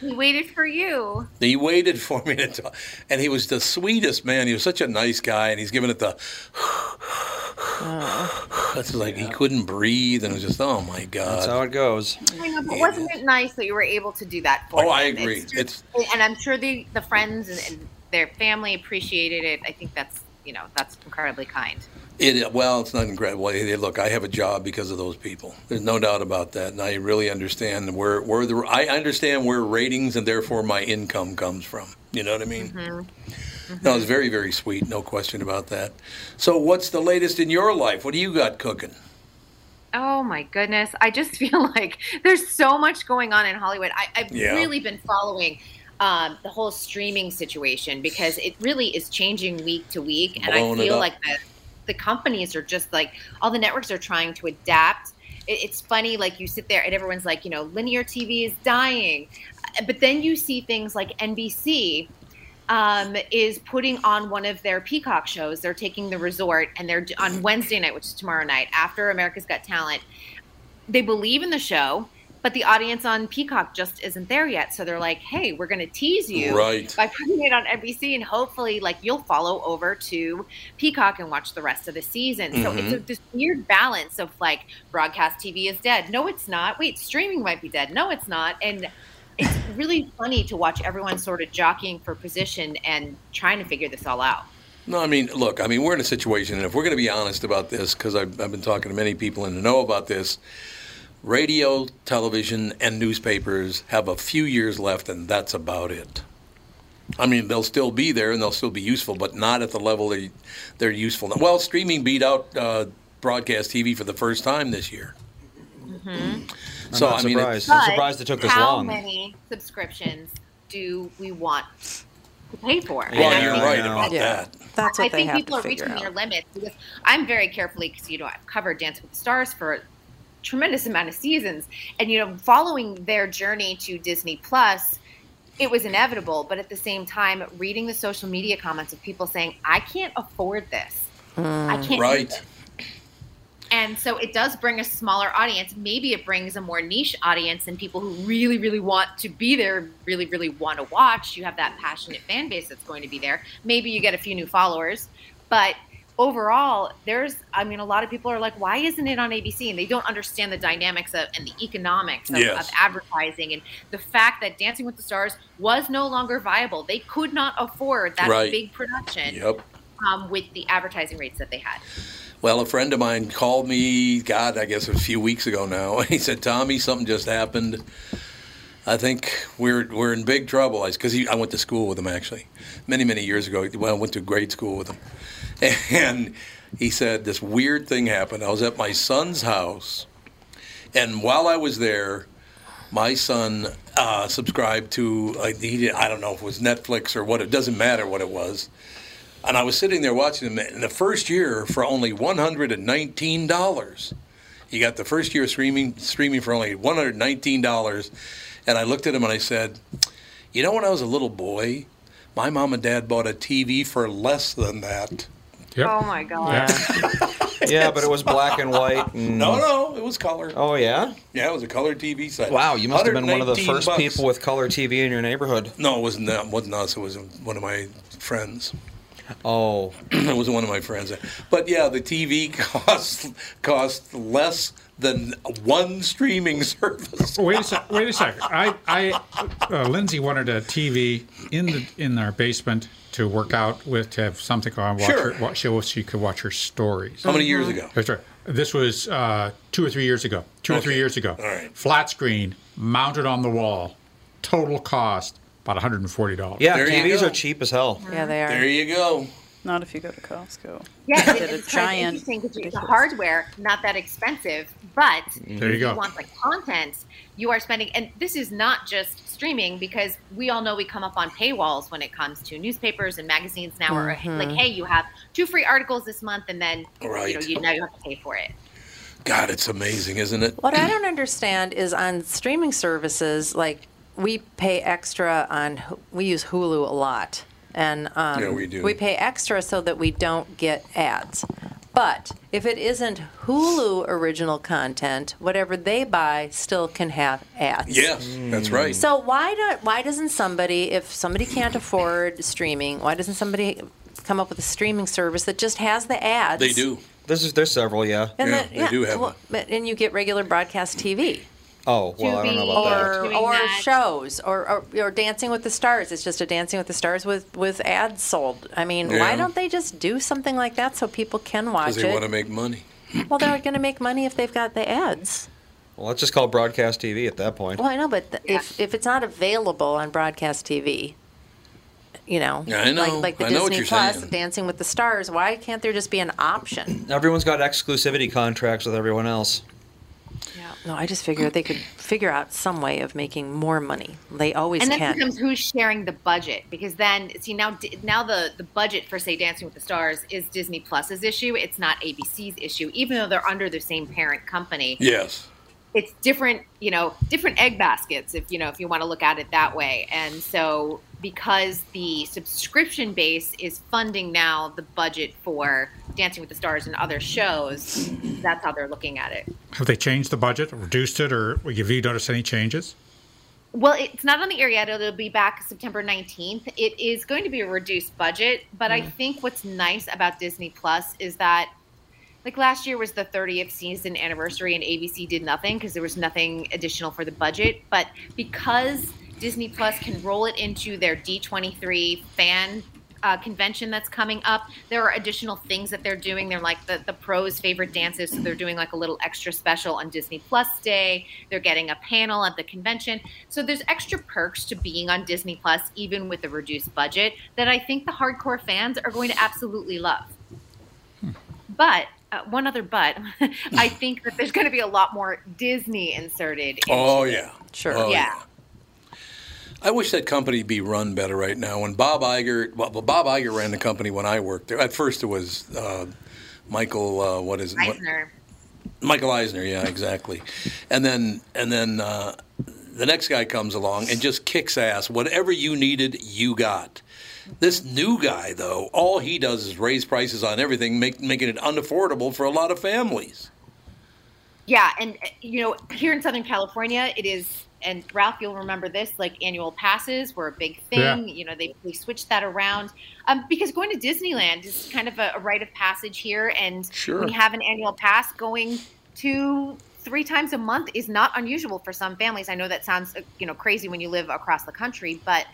He waited for you.
He waited for me to talk, and he was the sweetest man. He was such a nice guy, and he's giving it the. It's like he couldn't breathe, and it was just, oh my god.
That's how it goes.
I know, but wasn't it nice that you were able to do that for
Oh, I
him?
agree. It's
and I'm sure the the friends and, and their family appreciated it. I think that's you know that's incredibly kind.
it. Well, it's not incredible. Hey, hey, look, I have a job because of those people. There's no doubt about that, and I really understand where where the I understand where ratings and therefore my income comes from. You know what I mean?
Mm-hmm.
No, it's very very sweet. No question about that. So, what's the latest in your life? What do you got cooking?
Oh my goodness. I just feel like there's so much going on in Hollywood. I, I've
Yeah.
really been following um, the whole streaming situation because it really is changing week to week. And
Blowing it
I feel
up.
like the, the companies are just like, all the networks are trying to adapt. It, it's funny, like you sit there and everyone's like, you know, linear TV is dying. Uh, But then you see things like NBC um, is putting on one of their Peacock shows. They're taking the resort, and they're on Wednesday night, which is tomorrow night, after America's Got Talent. They believe in the show, but the audience on Peacock just isn't there yet. So they're like, "Hey, we're going to tease you
Right.
by putting it on NBC, and hopefully, like you'll follow over to Peacock and watch the rest of the season." So it's a,
Mhm.
this weird balance of like broadcast TV is dead. No, it's not. Wait, streaming might be dead. No, it's not. And it's really funny to watch everyone sort of jockeying for position and trying to figure this all out.
No, I mean, look, I mean, we're in a situation, and if we're going to be honest about this, because I've, I've been talking to many people and know about this, radio, television, and newspapers have a few years left, and that's about it. I mean, they'll still be there and they'll still be useful, but not at the level they, they're useful now. Well, streaming beat out uh, broadcast TV for the first time this year.
Mm-hmm.
I'm
So
not
I mean,
surprised.
But How many subscriptions do we want to pay for?
Well,
And I
you're
think-
right about Yeah. that.
That's what
I
they
think
have
people
to
are reaching
figure
their limits because I'm very carefully because you know I've covered Dance with the Stars for a tremendous amount of seasons, and you know following their journey to Disney Plus. It was inevitable, but at the same time, reading the social media comments of people saying, "I can't afford this," I can't do
Hmm. Right.
this. And so it does bring a smaller audience. Maybe it brings a more niche audience and people who really, really want to be there, really, really want to watch. You have that passionate fan base that's going to be there. Maybe you get a few new followers. But overall, there's, I mean, a lot of people are like, why isn't it on ABC? And they don't understand the dynamics of, and the economics of,
Yes.
of advertising and the fact that Dancing with the Stars was no longer viable. They could not afford that
Right.
big production
Yep.
um, with the advertising rates that they had.
Well, a friend of mine called me, God, I guess it was a few weeks ago now. He said, Tommy, something just happened. I think we're, we're in big trouble. Because I went to school with him, actually, many, many years ago. Well, I went to grade school with him. And he said, This weird thing happened. I was at my son's house. And while I was there, my son uh, subscribed to, uh, he did, I don't know if it was Netflix or what, it doesn't matter what it was. And I was sitting there watching him in the first year for only $119. He got the first year streaming streaming for only $119. And I looked at him and I said, You know, when I was a little boy, my mom and dad bought a TV for less than that.
Oh my God.
yeah, but it was black and white. And...
No, no, it was color.
Oh yeah.
Yeah, it was a color TV set.
Wow, you must have been one of the
119
first
bucks.
people with color TV in your neighborhood.
No, it wasn't that. It wasn't us. It was one of my friends.
Oh,
it was one of my friends. But yeah, the TV cost cost less than one streaming service.
Wait a sec. Wait a sec. I, I, uh, Lindsay wanted a TV in the in our basement to work out with to have something on. Watch
Sure.
Her, watch, so she could watch her stories.
How many years ago?
That's right. This was uh, two or three years ago. Two or three years ago. All right. Flat screen, mounted on the wall. Total cost about one hundred and forty dollars.
Yeah, There you TVs go. are cheap as hell.
Yeah, they are.
There you go.
Not if you go to Costco.
Yeah,
Did
it,
a
it's kind of
giant-
interesting because the hardware not that expensive, but
There you
if
go.
you want the content, you are spending, and this is not just streaming because we all know we come up on paywalls when it comes to newspapers and magazines now are
Mhm.
Mm-hmm.
like hey you have two free articles this month and then you know
Right.
you now you have to pay for it
God, it's amazing, isn't it?
What I don't understand is on streaming services, like we pay extra on Hu- we use Hulu a lot, and um,
Yeah, we do.
We pay extra so that we don't get ads. But if it isn't Hulu original content, whatever they buy still can have ads.
Yes, that's right.
So why don't why doesn't somebody if somebody can't afford streaming, why doesn't somebody come up with a streaming service that just has the ads?
They do. There's there's several, yeah.
And the- yeah, well, but- and you get regular broadcast TV.
Oh well, I don't know about that.
or or shows or, or or Dancing with the Stars. It's just a Dancing with the Stars with with ads sold. I mean,
Yeah.
why don't they just do something like that so people can watch
Because they want to
it?
make money.
Well, they're going to make money if they've got the ads.
Well, let's just call it broadcast TV at that point.
Well, I know, but th- if if it's not available on broadcast TV, you know,
Yeah, I know.
like like the
I know what
Disney
you're
Plus,
saying.
Dancing with the Stars. Why can't there just be an option?
Everyone's got exclusivity contracts with everyone else.
No, I just figure they could figure out some way of making more money. They always
and then
can.
becomes who's sharing the budget because then see now D- now the the budget for say Dancing with the Stars is Disney Plus's issue. It's not ABC's issue, even though they're under the same parent company.
Yes.
it's different. You know, different egg baskets if you know if you want to look at it that way. And so because the subscription base is funding now the budget for Dancing with the Stars and other shows, that's how they're looking at it.
Have they changed the budget, reduced it, or have you noticed any changes?
Well, it's not on the air yet. It'll be back September 19th. It is going to be a reduced budget, but I
Mm.
think what's nice about Disney Plus is that, like last year was the 30th season anniversary, and ABC did nothing because there was nothing additional for the budget. But because Disney Plus can roll it into their D23 fan uh, convention that's coming up. There are additional things that they're doing. They're like the, the pros' favorite dances, so they're doing like a little extra special on Disney Plus Day. They're getting a panel at the convention. So there's extra perks to being on Disney Plus, even with the reduced budget, that I think the hardcore fans are going to absolutely love. But uh, one other but, I think that there's going to be a lot more Disney inserted. into
Oh,
it.
yeah.
Sure.
Oh,
yeah.
I wish that company be run better right now. When Bob Iger, well, Bob Iger ran the company when I worked there. At first, it was uh, Michael. Uh, what is it?
Eisner.
Michael Eisner, yeah, exactly. And then and then uh, the next guy comes along and just kicks ass. Whatever you needed, you got. This new guy, though, all he does is raise prices on everything, make, making it unaffordable for a lot of families.
Yeah, and uh, you know, here in Southern California, it is. And Ralph, you'll remember this. Like annual passes were a big thing.
Yeah.
You know, they, they switched that around um, because going to Disneyland is kind of a, a rite of passage here, and
Sure.
when you have an annual pass, going two, three times a month is not unusual for some families. I know that sounds uh, you know crazy when you live across the country, but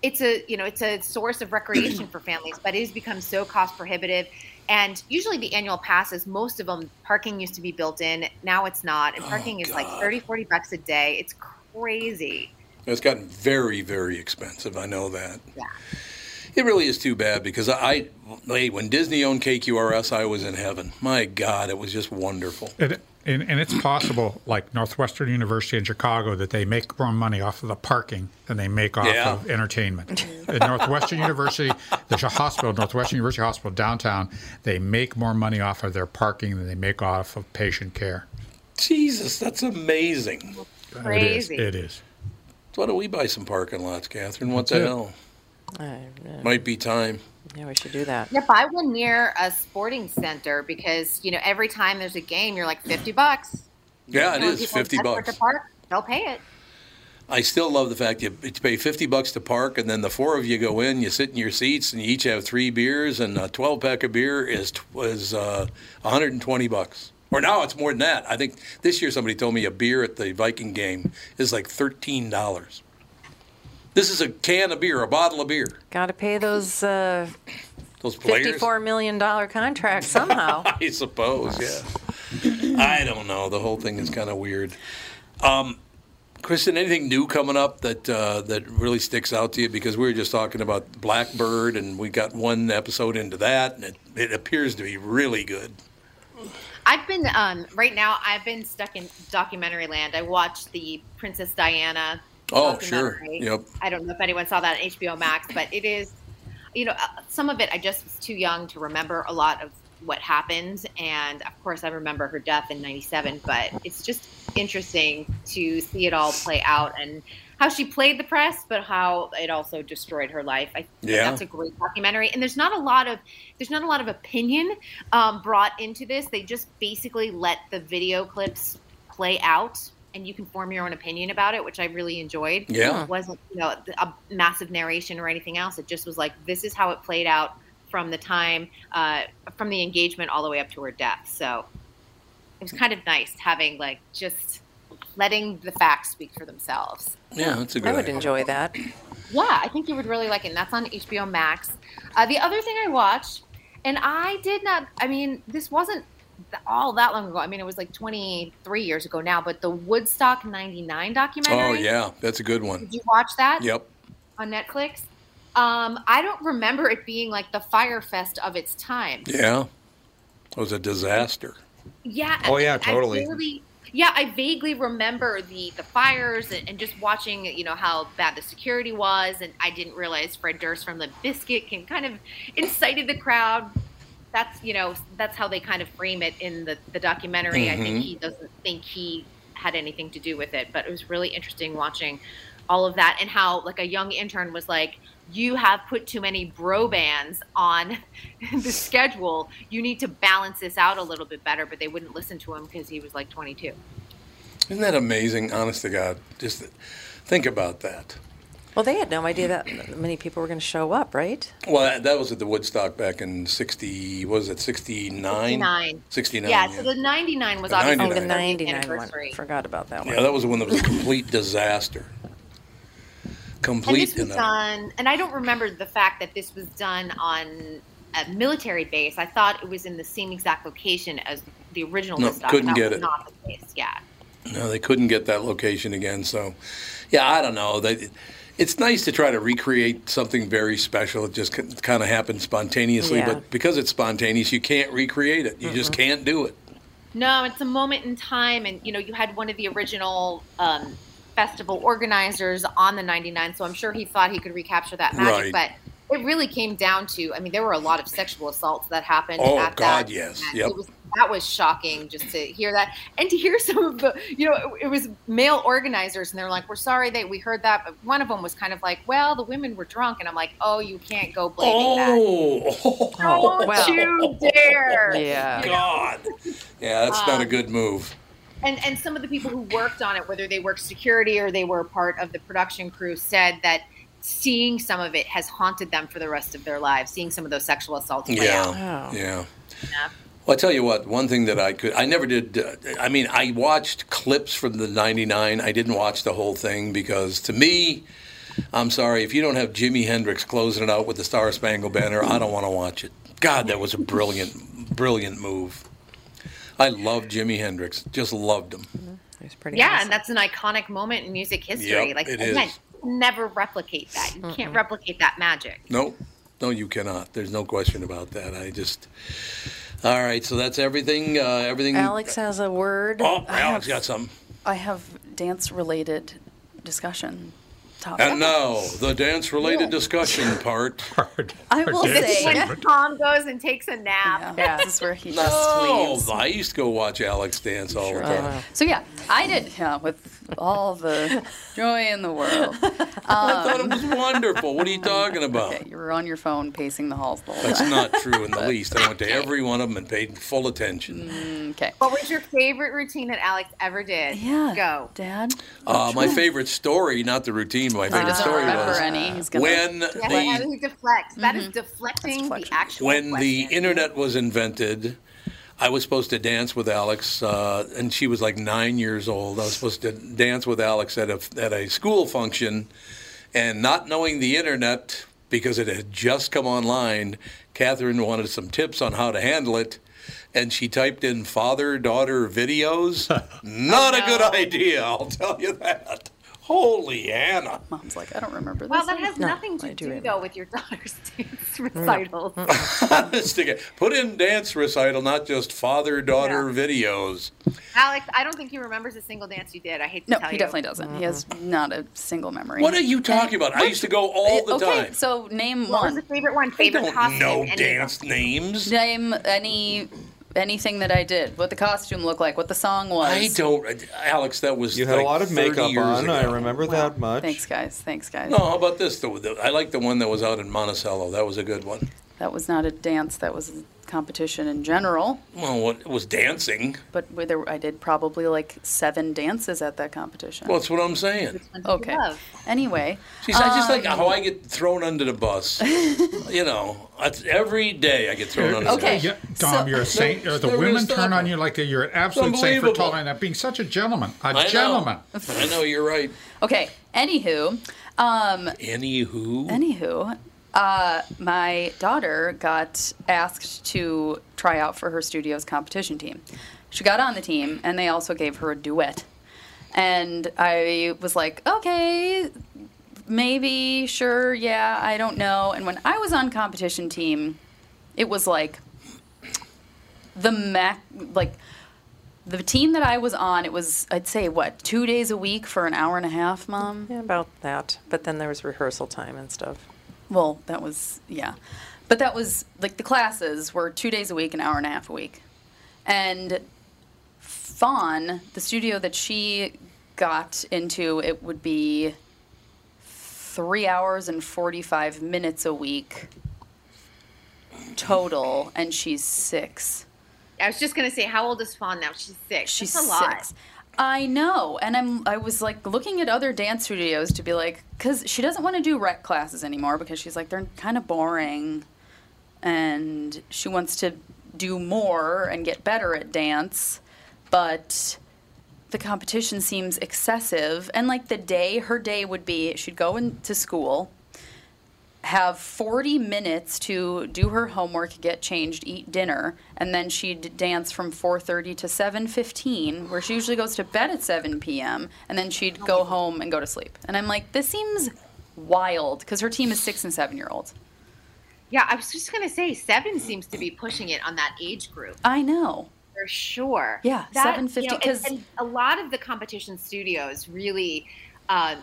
it's a you know it's a source of recreation for families but it has become so cost prohibitive and usually the annual passes most of them parking used to be built in now it's not
Oh,
and parking is like 30 40 bucks a day it's crazy
It's gotten very, very expensive. I know that.
Yeah.
It really is too bad because I, I hey, when Disney owned KQRS, I was in heaven. My God, it was just wonderful.
It, and, and it's possible, like Northwestern University in Chicago, that they make more money off of the parking than they make off
Yeah.
of entertainment. At Northwestern University, there's a hospital, Northwestern University Hospital downtown, they make more money off of their parking than they make off of patient care.
Jesus, that's amazing.
Crazy.
It is. It is.
Why don't we buy some parking lots, Catherine? What
That's
the
it.
hell?
I-
Might be time.
yeah, we should do that.
yeah buy one near a sporting center because you know every time there's a game you're like 50 bucks
Yeah, it
You know,
is
people
fifty
desperate
bucks.
to park, they'll pay it
I still love the fact you you pay fifty bucks to park, and then the four of you go in, you sit in your seats, and you each have three beers, and a twelve pack of beer is tw- is uh, one hundred and twenty bucks. Or now it's more than that. I think this year somebody told me a beer at the Viking game is like thirteen dollars. This is a can of beer, a bottle of beer.
Got to pay those uh,
Those players,
fifty-four million dollar contracts
Oh.
somehow.
I suppose. Yeah. I don't know. The whole thing is kind of weird. Um, Kristen, anything new coming up that uh, that really sticks out to you? Because we were just talking about Blackbird, and we got one episode into that, and it, it appears to be really good.
I've been um, right now. I've been stuck in documentary land. I watched the Princess Diana
Oh, sure.
documentary.
Yep.
I don't know if anyone saw that on HBO Max, but it is, you know, uh, some of it I just was too young to remember a lot of what happened. And of course, I remember her death in 97, but it's just interesting to see it all play out and how she played the press, but how it also destroyed her life. I think
Yeah.
that's a great documentary. And there's not a lot of there's not a lot of opinion um, brought into this. They just basically let the video clips play out, and you can form your own opinion about it, which I really enjoyed.
Yeah.
it wasn't you know a massive narration or anything else. It just was like this is how it played out from the time uh, from the engagement all the way up to her death. So it was kind of nice having like just letting the facts speak for themselves.
Yeah, that's a good
I would
idea.
enjoy that.
Yeah, I think you would really like it. And that's on HBO Max. Uh, the other thing I watched, and I did not, I mean, this wasn't th- all that long ago. I mean, it was like 23 years ago now, but the Woodstock 99 documentary.
Oh, yeah. That's a good one.
Did you watch that?
Yep.
On Netflix? Um, I don't remember it being like the fire fest of its time.
Yeah. It was a disaster.
Yeah.
Oh,
I-
yeah,
I
totally.
vaguely- yeah, I vaguely remember the the fires and, and just watching, you know, how bad the security was, and I didn't realize Fred Durst from Limp Biscuit can kind of incited the crowd. That's you know that's how they kind of frame it in the the documentary. I
Mhm.
think he doesn't think he had anything to do with it, but it was really interesting watching all of that and how like a young intern was like you have put too many bro bands on the schedule you need to balance this out a little bit better but they wouldn't listen to him because he was like 22
Isn't that amazing? Honest to God. Just think about that.
Well, they had no idea that many people were going to show up, right?
Well, that, that was at the Woodstock back in 60, what was it, 69?
69.
69.
yeah, so the 99 was
The
obviously
99.
the
Oh, the
99 anniversary
Forgot about that one.
Yeah, that was the one that was a complete disaster.
and
Complete
this was
and utter.
done and i don't remember the fact that this was done on a military base i thought it was in the same exact location as the original
No,
Woodstock.
couldn't
That
get
was
it.
not the case yeah
No, they couldn't get that location again. So, yeah, I don't know. They, it's nice to try to recreate something very special. It just kind of happened spontaneously,
Yeah. Mm-hmm.
but because it's spontaneous, you can't recreate it. You just can't do it.
No, it's a moment in time, and you know, you had one of the original um, festival organizers on the '99, so I'm sure he thought he could recapture that
Right.
magic. But it really came down to, I mean, there were a lot of sexual assaults that happened.
Oh,
at
God,
that
yes.
event.
Yep.
It was, that was shocking just to hear that, and to hear some of the, you know, it, it was male organizers, and they're like, "We're sorry that we heard that," but one of them was kind of like, "Well, the women were drunk," and I'm like, "Oh, you can't go blaming that."
Oh,
Don't you dare!
Yeah.
You know?
God. yeah, that's not a
Um,
good move.
and and some of the people who worked on it, whether they worked security or they were part of the production crew, said that seeing some of it has haunted them for the rest of their lives. Seeing some of those sexual assaults. play out.
Yeah. Yeah. Well, I tell you what, one thing that I could, I never did, uh, I mean, I watched clips from the 99. I didn't watch the whole thing because to me, I'm sorry, if you don't have Jimi Hendrix closing it out with the Star Spangled Banner, I don't want to watch it. God, that was a brilliant, brilliant move. I love Jimi Hendrix, just loved him.
It's pretty
Yeah, and that's an iconic moment in music history.
Yep,
like
it
again,
is.
you can never replicate that. You can't replicate that magic.
No, no, you cannot. There's no question about that. I just, all right, so that's everything. Uh, everything.
Alex
has a word.
Oh, Alex got something.
I have dance related discussion topic.
And now the dance related discussion part.
I will
This is when Tom goes and takes a nap.
Yeah, this is where he just
Oh,
leaves.
I used to go watch Alex dance all the time.
So yeah, I did yeah, with all the joy in the world.
I thought it was wonderful. What are you talking about?
You were on your phone pacing the halls the whole
That's
time.
not true in the least. I went to every one of them and paid full attention.
Okay.
What was your favorite routine that Alex ever did? Yeah. Go.
Dad.
Uh, my favorite story, not the routine, but my favorite story was when
Yes,
the
he deflects. That
Mm-hmm.
is deflecting the actual
when the internet was invented, I was supposed to dance with Alex, uh, and she was like nine years old. I was supposed to dance with Alex at a at a school function, and not knowing the internet because it had just come online, Catherine wanted some tips on how to handle it. And she typed in
Oh,
father daughter videos. Not a good idea, I'll tell you that. Holy Anna.
Mom's like, I don't remember this.
Well, that has
No,
nothing to
I
do,
remember.
though with your daughter's dance recital.
Stick it. Put in dance recital, not just father daughter videos.
Alex, I don't think he remembers a single dance you did. I hate to
No,
tell
he
you.
definitely doesn't. He has not a single memory.
What are you talking about? I used to go all the
okay,
time.
so name
What
one.
was the favorite one? Favorite costume?
No
any-
dance names.
Name any anything that I did. What the costume looked like. What the song was.
I don't, Alex. That was
You had a
like
lot of
30
makeup
years
on,
ago.
I remember that much.
Thanks, guys. Thanks, guys.
No, how about this? The, the, I like the one that was out in Monticello. That was a good one.
That was not a dance. That was a competition in general.
Well, what, it was dancing.
But where there, I did probably like seven dances at that competition.
Well, that's what I'm saying.
okay. Anyway.
Jeez, I just like
um,
how I get thrown under the bus. you know, that's- every day I get thrown under
Okay,
the
Yeah,
bus.
Dom, you're a saint.
No, no,
Uh, the
we're
women
gonna
turn
stop.
on you like you're an absolute saint for
unbelievable.
tolerating that, being such a gentleman. A
I know.
gentleman.
I know you're right.
Okay. Anywho, um,
Anywho,
Anywho, uh, my daughter got asked to try out for her studio's competition team. She got on the team, and they also gave her a duet. And I was like, okay, maybe, sure, yeah, I don't know. And when I was on competition team, it was like the mac, like the team that I was on. It was I'd say what two days a week for an hour and a half, mom.
Yeah, about that. But then there was rehearsal time and stuff.
Well, that was yeah, but that was like the classes were two days a week, an hour and a half a week, and Fawn, the studio that she got into, it would be three hours and forty-five minutes a week total, and she's six.
I was just gonna say, how old is Fawn now? She's six.
She's
That's a lot.
six. I know, and I'm. I was like looking at other dance studios to be like, because she doesn't want to do rec classes anymore because she's like they're kind of boring, and she wants to do more and get better at dance, but the competition seems excessive. And like the day, her day would be she'd go into school, have 40 minutes to do her homework, get changed, eat dinner, and then she'd dance from 4:30 to 7:15, where she usually goes to bed at 7 p.m., and then she'd go home and go to sleep. And I'm like, this seems wild because her team is 6 and 7 year olds.
Yeah, I was just gonna say, seven seems to be pushing it on that age group.
I know.
For sure.
Yeah,
That,
750,
you know, and-
'cause-
and a lot of the competition studios really, uh,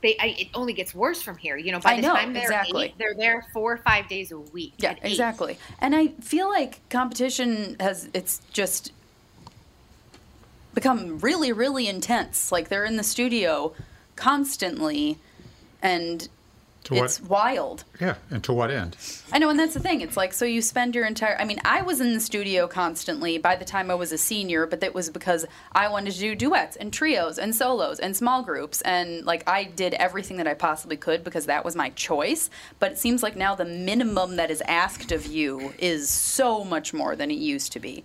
they I, it only gets worse from here. You know, by
I
the
know,
time they're
exactly.
eight, they're there four or five days a week.
Yeah,
at eight.
exactly. And I feel like competition has it's just become really really intense. Like they're in the studio constantly and
To what-
it's wild.
Yeah, and to what end?
I know, and that's the thing. It's like, so you spend your entire. I mean, I was in the studio constantly by the time I was a senior, but that was because I wanted to do duets and trios and solos and small groups. And like, I did everything that I possibly could because that was my choice. But it seems like now the minimum that is asked of you is so much more than it used to be.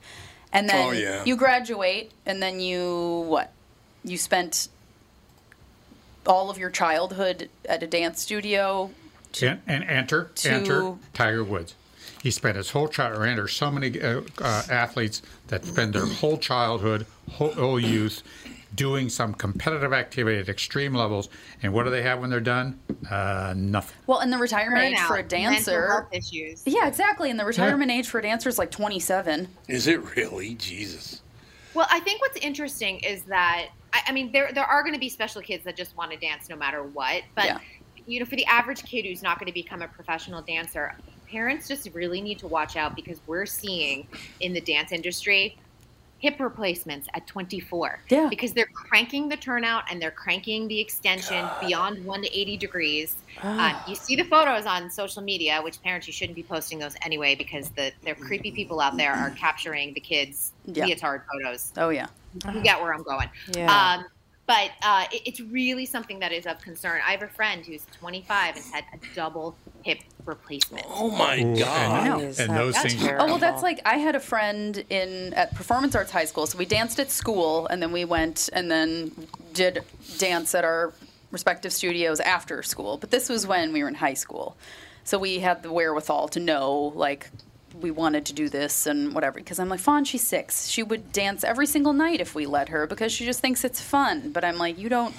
And then
Oh, yeah.
you graduate, and then you, what? You spent all of your childhood at a dance studio
and, and enter,
to-
enter Tiger Woods. He spent his whole child. And there's so many uh, uh, athletes that spend their whole childhood, whole, whole youth, doing some competitive activity at extreme levels. And what do they have when they're done? Uh, nothing.
Well, and the retirement age
Burnout,
for a
mental
dancer.
health issues.
Yeah, exactly. And the retirement age for a dancer is like 27.
Is it really Jesus?
Well, I think what's interesting is that I, I mean there there are going to be special kids that just want to dance no matter what, but you know for the average kid who's not going to become a professional dancer, parents just really need to watch out because we're seeing in the dance industry hip replacements at 24
yeah
because they're cranking the turnout and they're cranking the extension beyond 180 degrees uh, you see the photos on social media which parents you shouldn't be posting those anyway because the they're creepy people out there are capturing the kids
Yeah.
leotard photos
Oh, yeah.
you get where I'm going.
Yeah.
Um, but uh, it, it's really something that is of concern. I have a friend who's 25 and had a double hip replacement.
Oh my God!
and- and
uh,
those things.
Oh, well, that's like I had a friend in at performance arts high school. So we danced at school and then we went and then did dance at our respective studios after school. But this was when we were in high school. So we had the wherewithal to know, like, we wanted to do this and whatever. Because I'm like, Fawn, she's six. She would dance every single night if we let her because she just thinks it's fun. But I'm like, you don't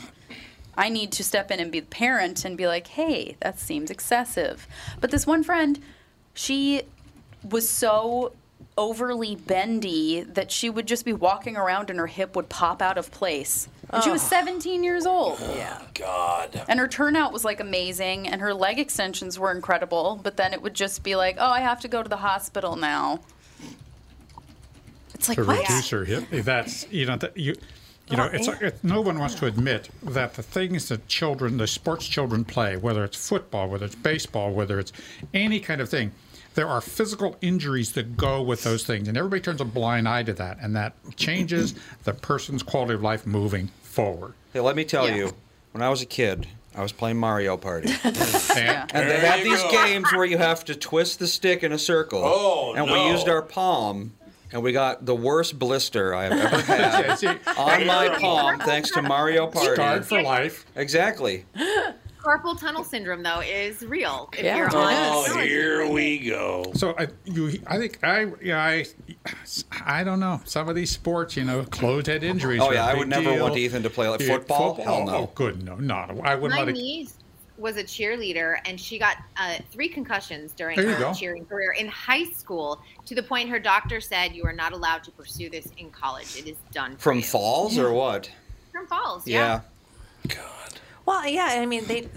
I need to step in and be the parent and be like, hey, that seems excessive. But this one friend, she was so overly bendy that she would just be walking around and her hip would pop out of place. And she was
Ugh.
17 years old.
Yeah. God.
And her turnout was like amazing, and her leg extensions were incredible. But then it would just be like, oh, I have to go to the hospital now. It's like
to
what?
reduce her hip. That's you know that you. You know,
Well,
it's
yeah.
like it, no one wants to admit that the things that children, the sports children play, whether it's football, whether it's baseball, whether it's any kind of thing, there are physical injuries that go with those things, and everybody turns a blind eye to that, and that changes the person's quality of life moving forward.
Hey, let me tell you, when I was a kid, I was playing Mario Party.
And,
and they
There
have
you
these
go.
games where you have to twist the stick in a circle.
Oh,
And
no.
we used our palm, and we got the worst blister I have ever had on my palm, thanks to Mario Party.
Scarred for life.
Exactly.
Carpal tunnel syndrome, though, is real. If you're
Oh,
on
here we go.
So I, you, I think I, yeah, I, I don't know. Some of these sports, you know, closed-head injuries.
Oh,
are a
yeah, I
big
would never
deal.
want Ethan to play like
Yeah,
football? Hell no.
Oh, good, no, no. I wouldn't
my
let it.
niece was a cheerleader and she got uh, three concussions during
There you
her
go.
cheering career in high school to the point her doctor said you are not allowed to pursue this in college it is done for
From
you."
falls or what?
from falls yeah,
Well, yeah, I mean they.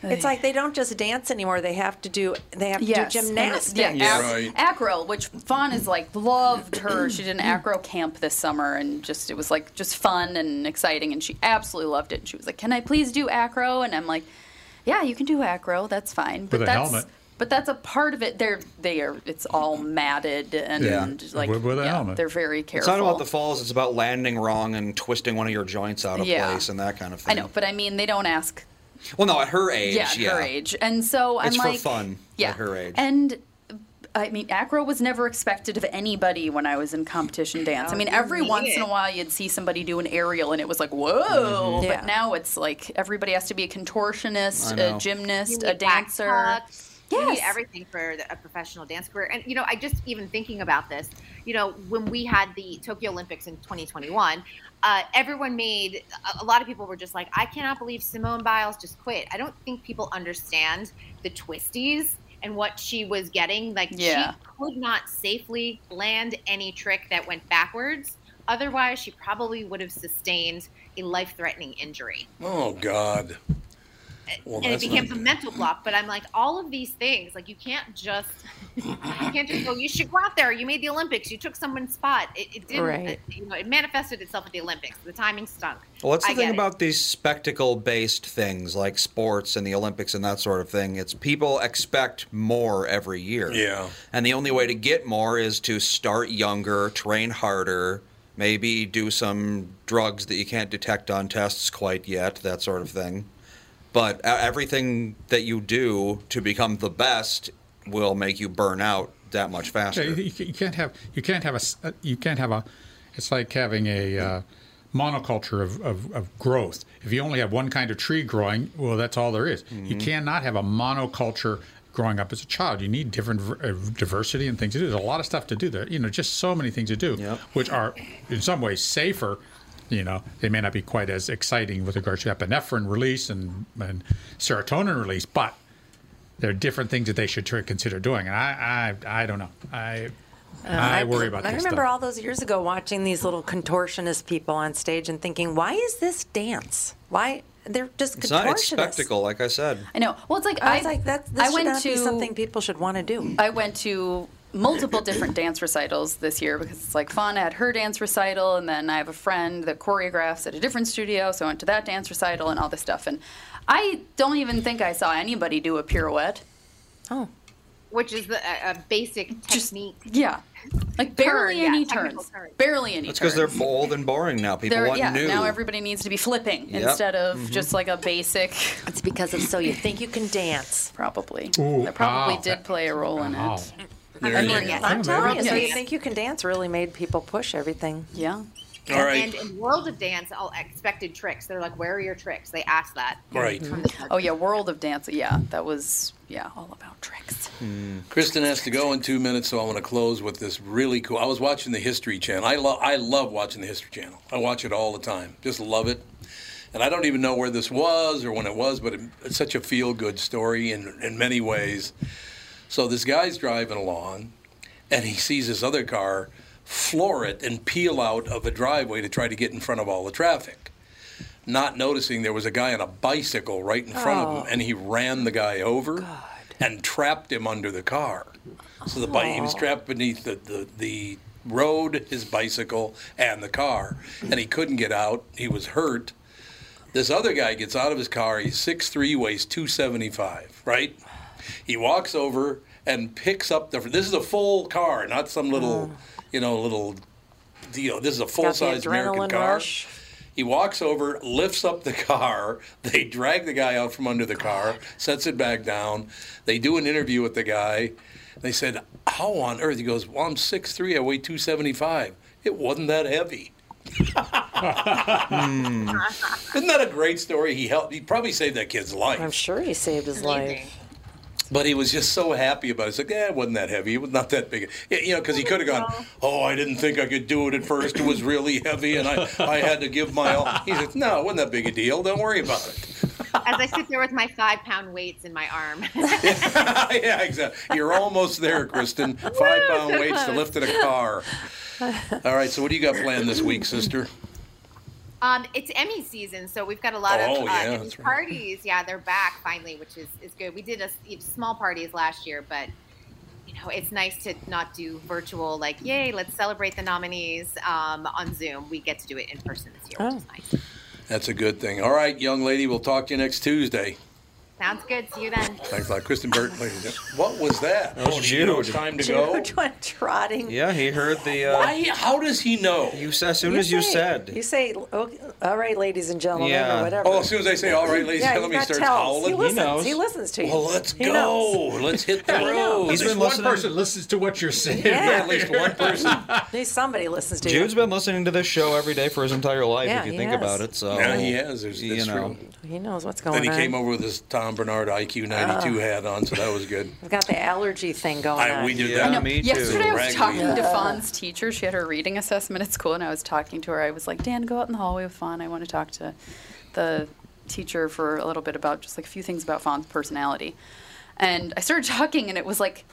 It's like they don't just dance anymore. They have to do. They have to
Yes.
do
And-
gymnastics.
Yeah, ac- acro, which Fawn is like loved her. She did an acro camp this summer, and just it was like just fun and exciting, and she absolutely loved it. And she was like, "Can I please do acro?" And I'm like, "Yeah, you can do acro. That's fine."
With a
that's,
helmet.
But that's a part of it. They're they are. It's all matted and like
With- with a
yeah,
helmet.
they're very
It's
careful.
not about the falls, it's about landing wrong and twisting one of your joints out of
Yeah.
place and that kind of
I
thing.
know, but I mean, they don't ask.
Well, no, at her age,
yeah,
yeah.
at her age, and so I'm
It's
like,
for fun
yeah.
at her age.
And I mean, acro was never expected of anybody when I was in competition dance. I mean,
Oh, you
every
need
once in
it.
a while you'd see somebody do an aerial, and it was like, whoa!
Mhm. Yeah.
But now it's like everybody has to be a contortionist,
I
a
know.
gymnast,
You
a
need back
dancer.
You need
Yes.
everything for the- a professional dance career. And, you know, I just even thinking about this, you know, when we had the Tokyo Olympics in 2021, uh, everyone made, a- a lot of people were just like, I cannot believe Simone Biles just quit. I don't think people understand the twisties and what she was getting. Like,
Yeah.
she could not safely land any trick that went backwards. Otherwise, she probably would have sustained a life threatening injury
Oh God. Well,
and it
that's
becomes a
not-
mental block. But I'm like, all of these things, like you can't just, you can't just go. You should go out there. You made the Olympics. You took someone's spot. It, it didn't. uh,
Right.
you know, it manifested itself at the Olympics. The timing stunk.
Well, that's the
I get
thing
it.
about these spectacle based things like sports and the Olympics and that sort of thing. It's people expect more every year.
Yeah.
And the only way to get more is to start younger, train harder, maybe do some drugs that you can't detect on tests quite yet, that sort of thing. But e- everything that you do to become the best will make you burn out that much faster.
Yeah, you, you can't have you can't have a s- uh, you can't have a. It's like having a uh, monoculture of, of, of growth. If you only have one kind of tree growing, well, that's all there is. You
Mhm.
cannot have a monoculture growing up as a child. You need different ver- uh, diversity and things to do. There's a lot of stuff to do there. You know, just so many things to do, which are in some ways safer. You know, they may not be quite as exciting with regards to epinephrine release and, and serotonin release, but there are different things that they should try- consider doing, and I, I, I don't know. I,
Uh,
I worry about
I
this
remember
stuff.
all those years ago watching these little contortionist people on stage and thinking, why is this dance? Why they're just
it's not it's
contortionists?
spectacle, like I said.
I know. Well, it's like
I
I,
was like, that- this
I
should
went
not
to
be something people should want to do.
I went to multiple different dance recitals this year because it's like Fawn had her dance recital, and then I have a friend that choreographs at a different studio, so I went to that dance recital and all this stuff. And I don't even think I saw anybody do a pirouette.
Oh.
Which is the, a, a basic technique.
Yeah. Like barely
Turn, yeah,
any
technical
turns.
turn.
Barely any
That's
turns.
because they're old and boring now. People
They're-
want
yeah,
new.
now everybody needs to be flipping
Yep.
instead of
Mhm.
just like a basic.
It's because of so you think you can dance.
Probably.
Ooh,
that probably
wow.
did play a role in
Wow.
it.
I mean, I'm telling you, so you
Yes.
think you can dance really made people push everything.
Yeah.
All right.
And in World of Dance, all expected tricks. They're like, where are your tricks? They ask that.
Right.
Oh yeah, World of Dance. Yeah, that was yeah all about tricks.
Kristen has to go in two minutes, so I want to close with this really cool. I was watching the History Channel. I love I love watching the History Channel. I watch it all the time. Just love it. And I don't even know where this was or when it was, but it, it's such a feel good story in, in many ways. So this guy's driving along and he sees this other car floor it and peel out of a driveway to try to get in front of all the traffic. Not noticing there was a guy on a bicycle right in front of him,
Oh.
and he ran the guy over and trapped him under the car. So the bike, he was
Oh.
trapped beneath the, the, the road, his bicycle, and the car, and he couldn't get out. He was hurt. This other guy gets out of his car. He's 6'3, weighs 275, right? He walks over and picks up the. This is a full car, not some little, you know, little deal. This is a
Oh. Got the
full size American
adrenaline
car.
rush.
He walks over, lifts up the car. They drag the guy out from under the car, sets it back down. They do an interview with the guy. They said, How on earth? He goes, Well, I'm 6'3, I weigh 275. It wasn't that heavy. Isn't that a great story? He helped. He probably saved that kid's life.
I'm sure he saved his life.
But he was just so happy about it. He's like, yeah, it wasn't that heavy. It was not that big. Yeah, You know, because he could have gone, oh, I didn't think I could do it at first. It was really heavy, and I, I had to give my all. He's like, no, it wasn't that big a deal. Don't worry about it.
As I sit there with my five pound weights in my arm.
yeah, exactly. You're almost there, Kristen. Five pound
so
weights to
close.
lift in a car. All right, so what do you got planned this week, sister?
Um, it's Emmy season, so we've got a lot
Oh,
of uh,
yeah,
Emmy
that's right.
parties. Yeah, they're back finally, which is, is good. We did a s- small parties last year, but you know it's nice to not do virtual. Like, yay, let's celebrate the nominees um, on Zoom. We get to do it in person this year, which is nice.
That's a good thing. All right, young lady, we'll talk to you next Tuesday.
Sounds good. See you then.
Thanks a lot, Kristen Burton. ladies and gentlemen. What was that?
That was
oh, do you know it's
Jude.
time to go.
Dude went trotting.
Yeah, he heard the. Uh,
Why- how does he know?
You, s- as soon as you
say-
said.
You say,
"Oh,
"Okay, all right, ladies and gentlemen,
Yeah.
or whatever.
Oh, as soon as I say, all right, ladies,
yeah,
and gentlemen,
you
he
got
starts
tells.
howling.
He listens. He listens to you.
Well, let's
He
go.
knows.
Let's hit the road.
He's
At least
been
one
listening.
person listens to what you're saying.
Yeah.
At least one person.
At least somebody listens to
Jude's been listening to this show every day for his entire life,
Yeah,
if you
he
think
has.
about it. So
Yeah, he has. There's- that's true.
you. He knows what's going
Then he
on.
came over with his Tom Bernard IQ 92
Oh.
hat on, so that was good.
We've got the allergy thing going
I-
on.
we did Yeah, that. me too.
Yesterday I was
Ragweed.
talking to
Yeah.
Fawn's teacher. She had her reading assessment at school, and I was talking to her. I was like, Dan, go out in the hallway with Fawn. I want to talk to the teacher for a little bit about just like a few things about Fawn's personality. And I started talking, and it was like,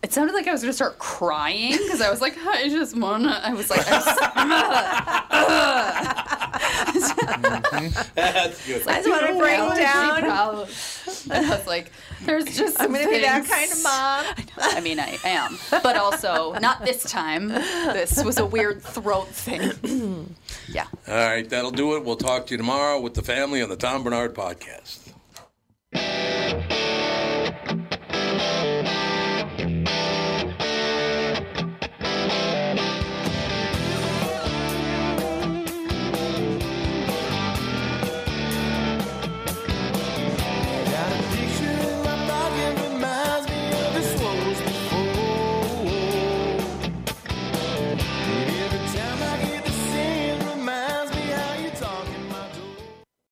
it sounded like I was going to start crying because I was like, I just want to. I was like, I just,
That's good.
I just want to break
Allergy
down.
problem. And I was like, there's just.
I'm
going to
be that kind of mom.
I mean, I am, but also not this time. This was a weird throat thing. yeah.
All right, that'll do it. We'll talk to you tomorrow with the family on the Tom Bernard podcast.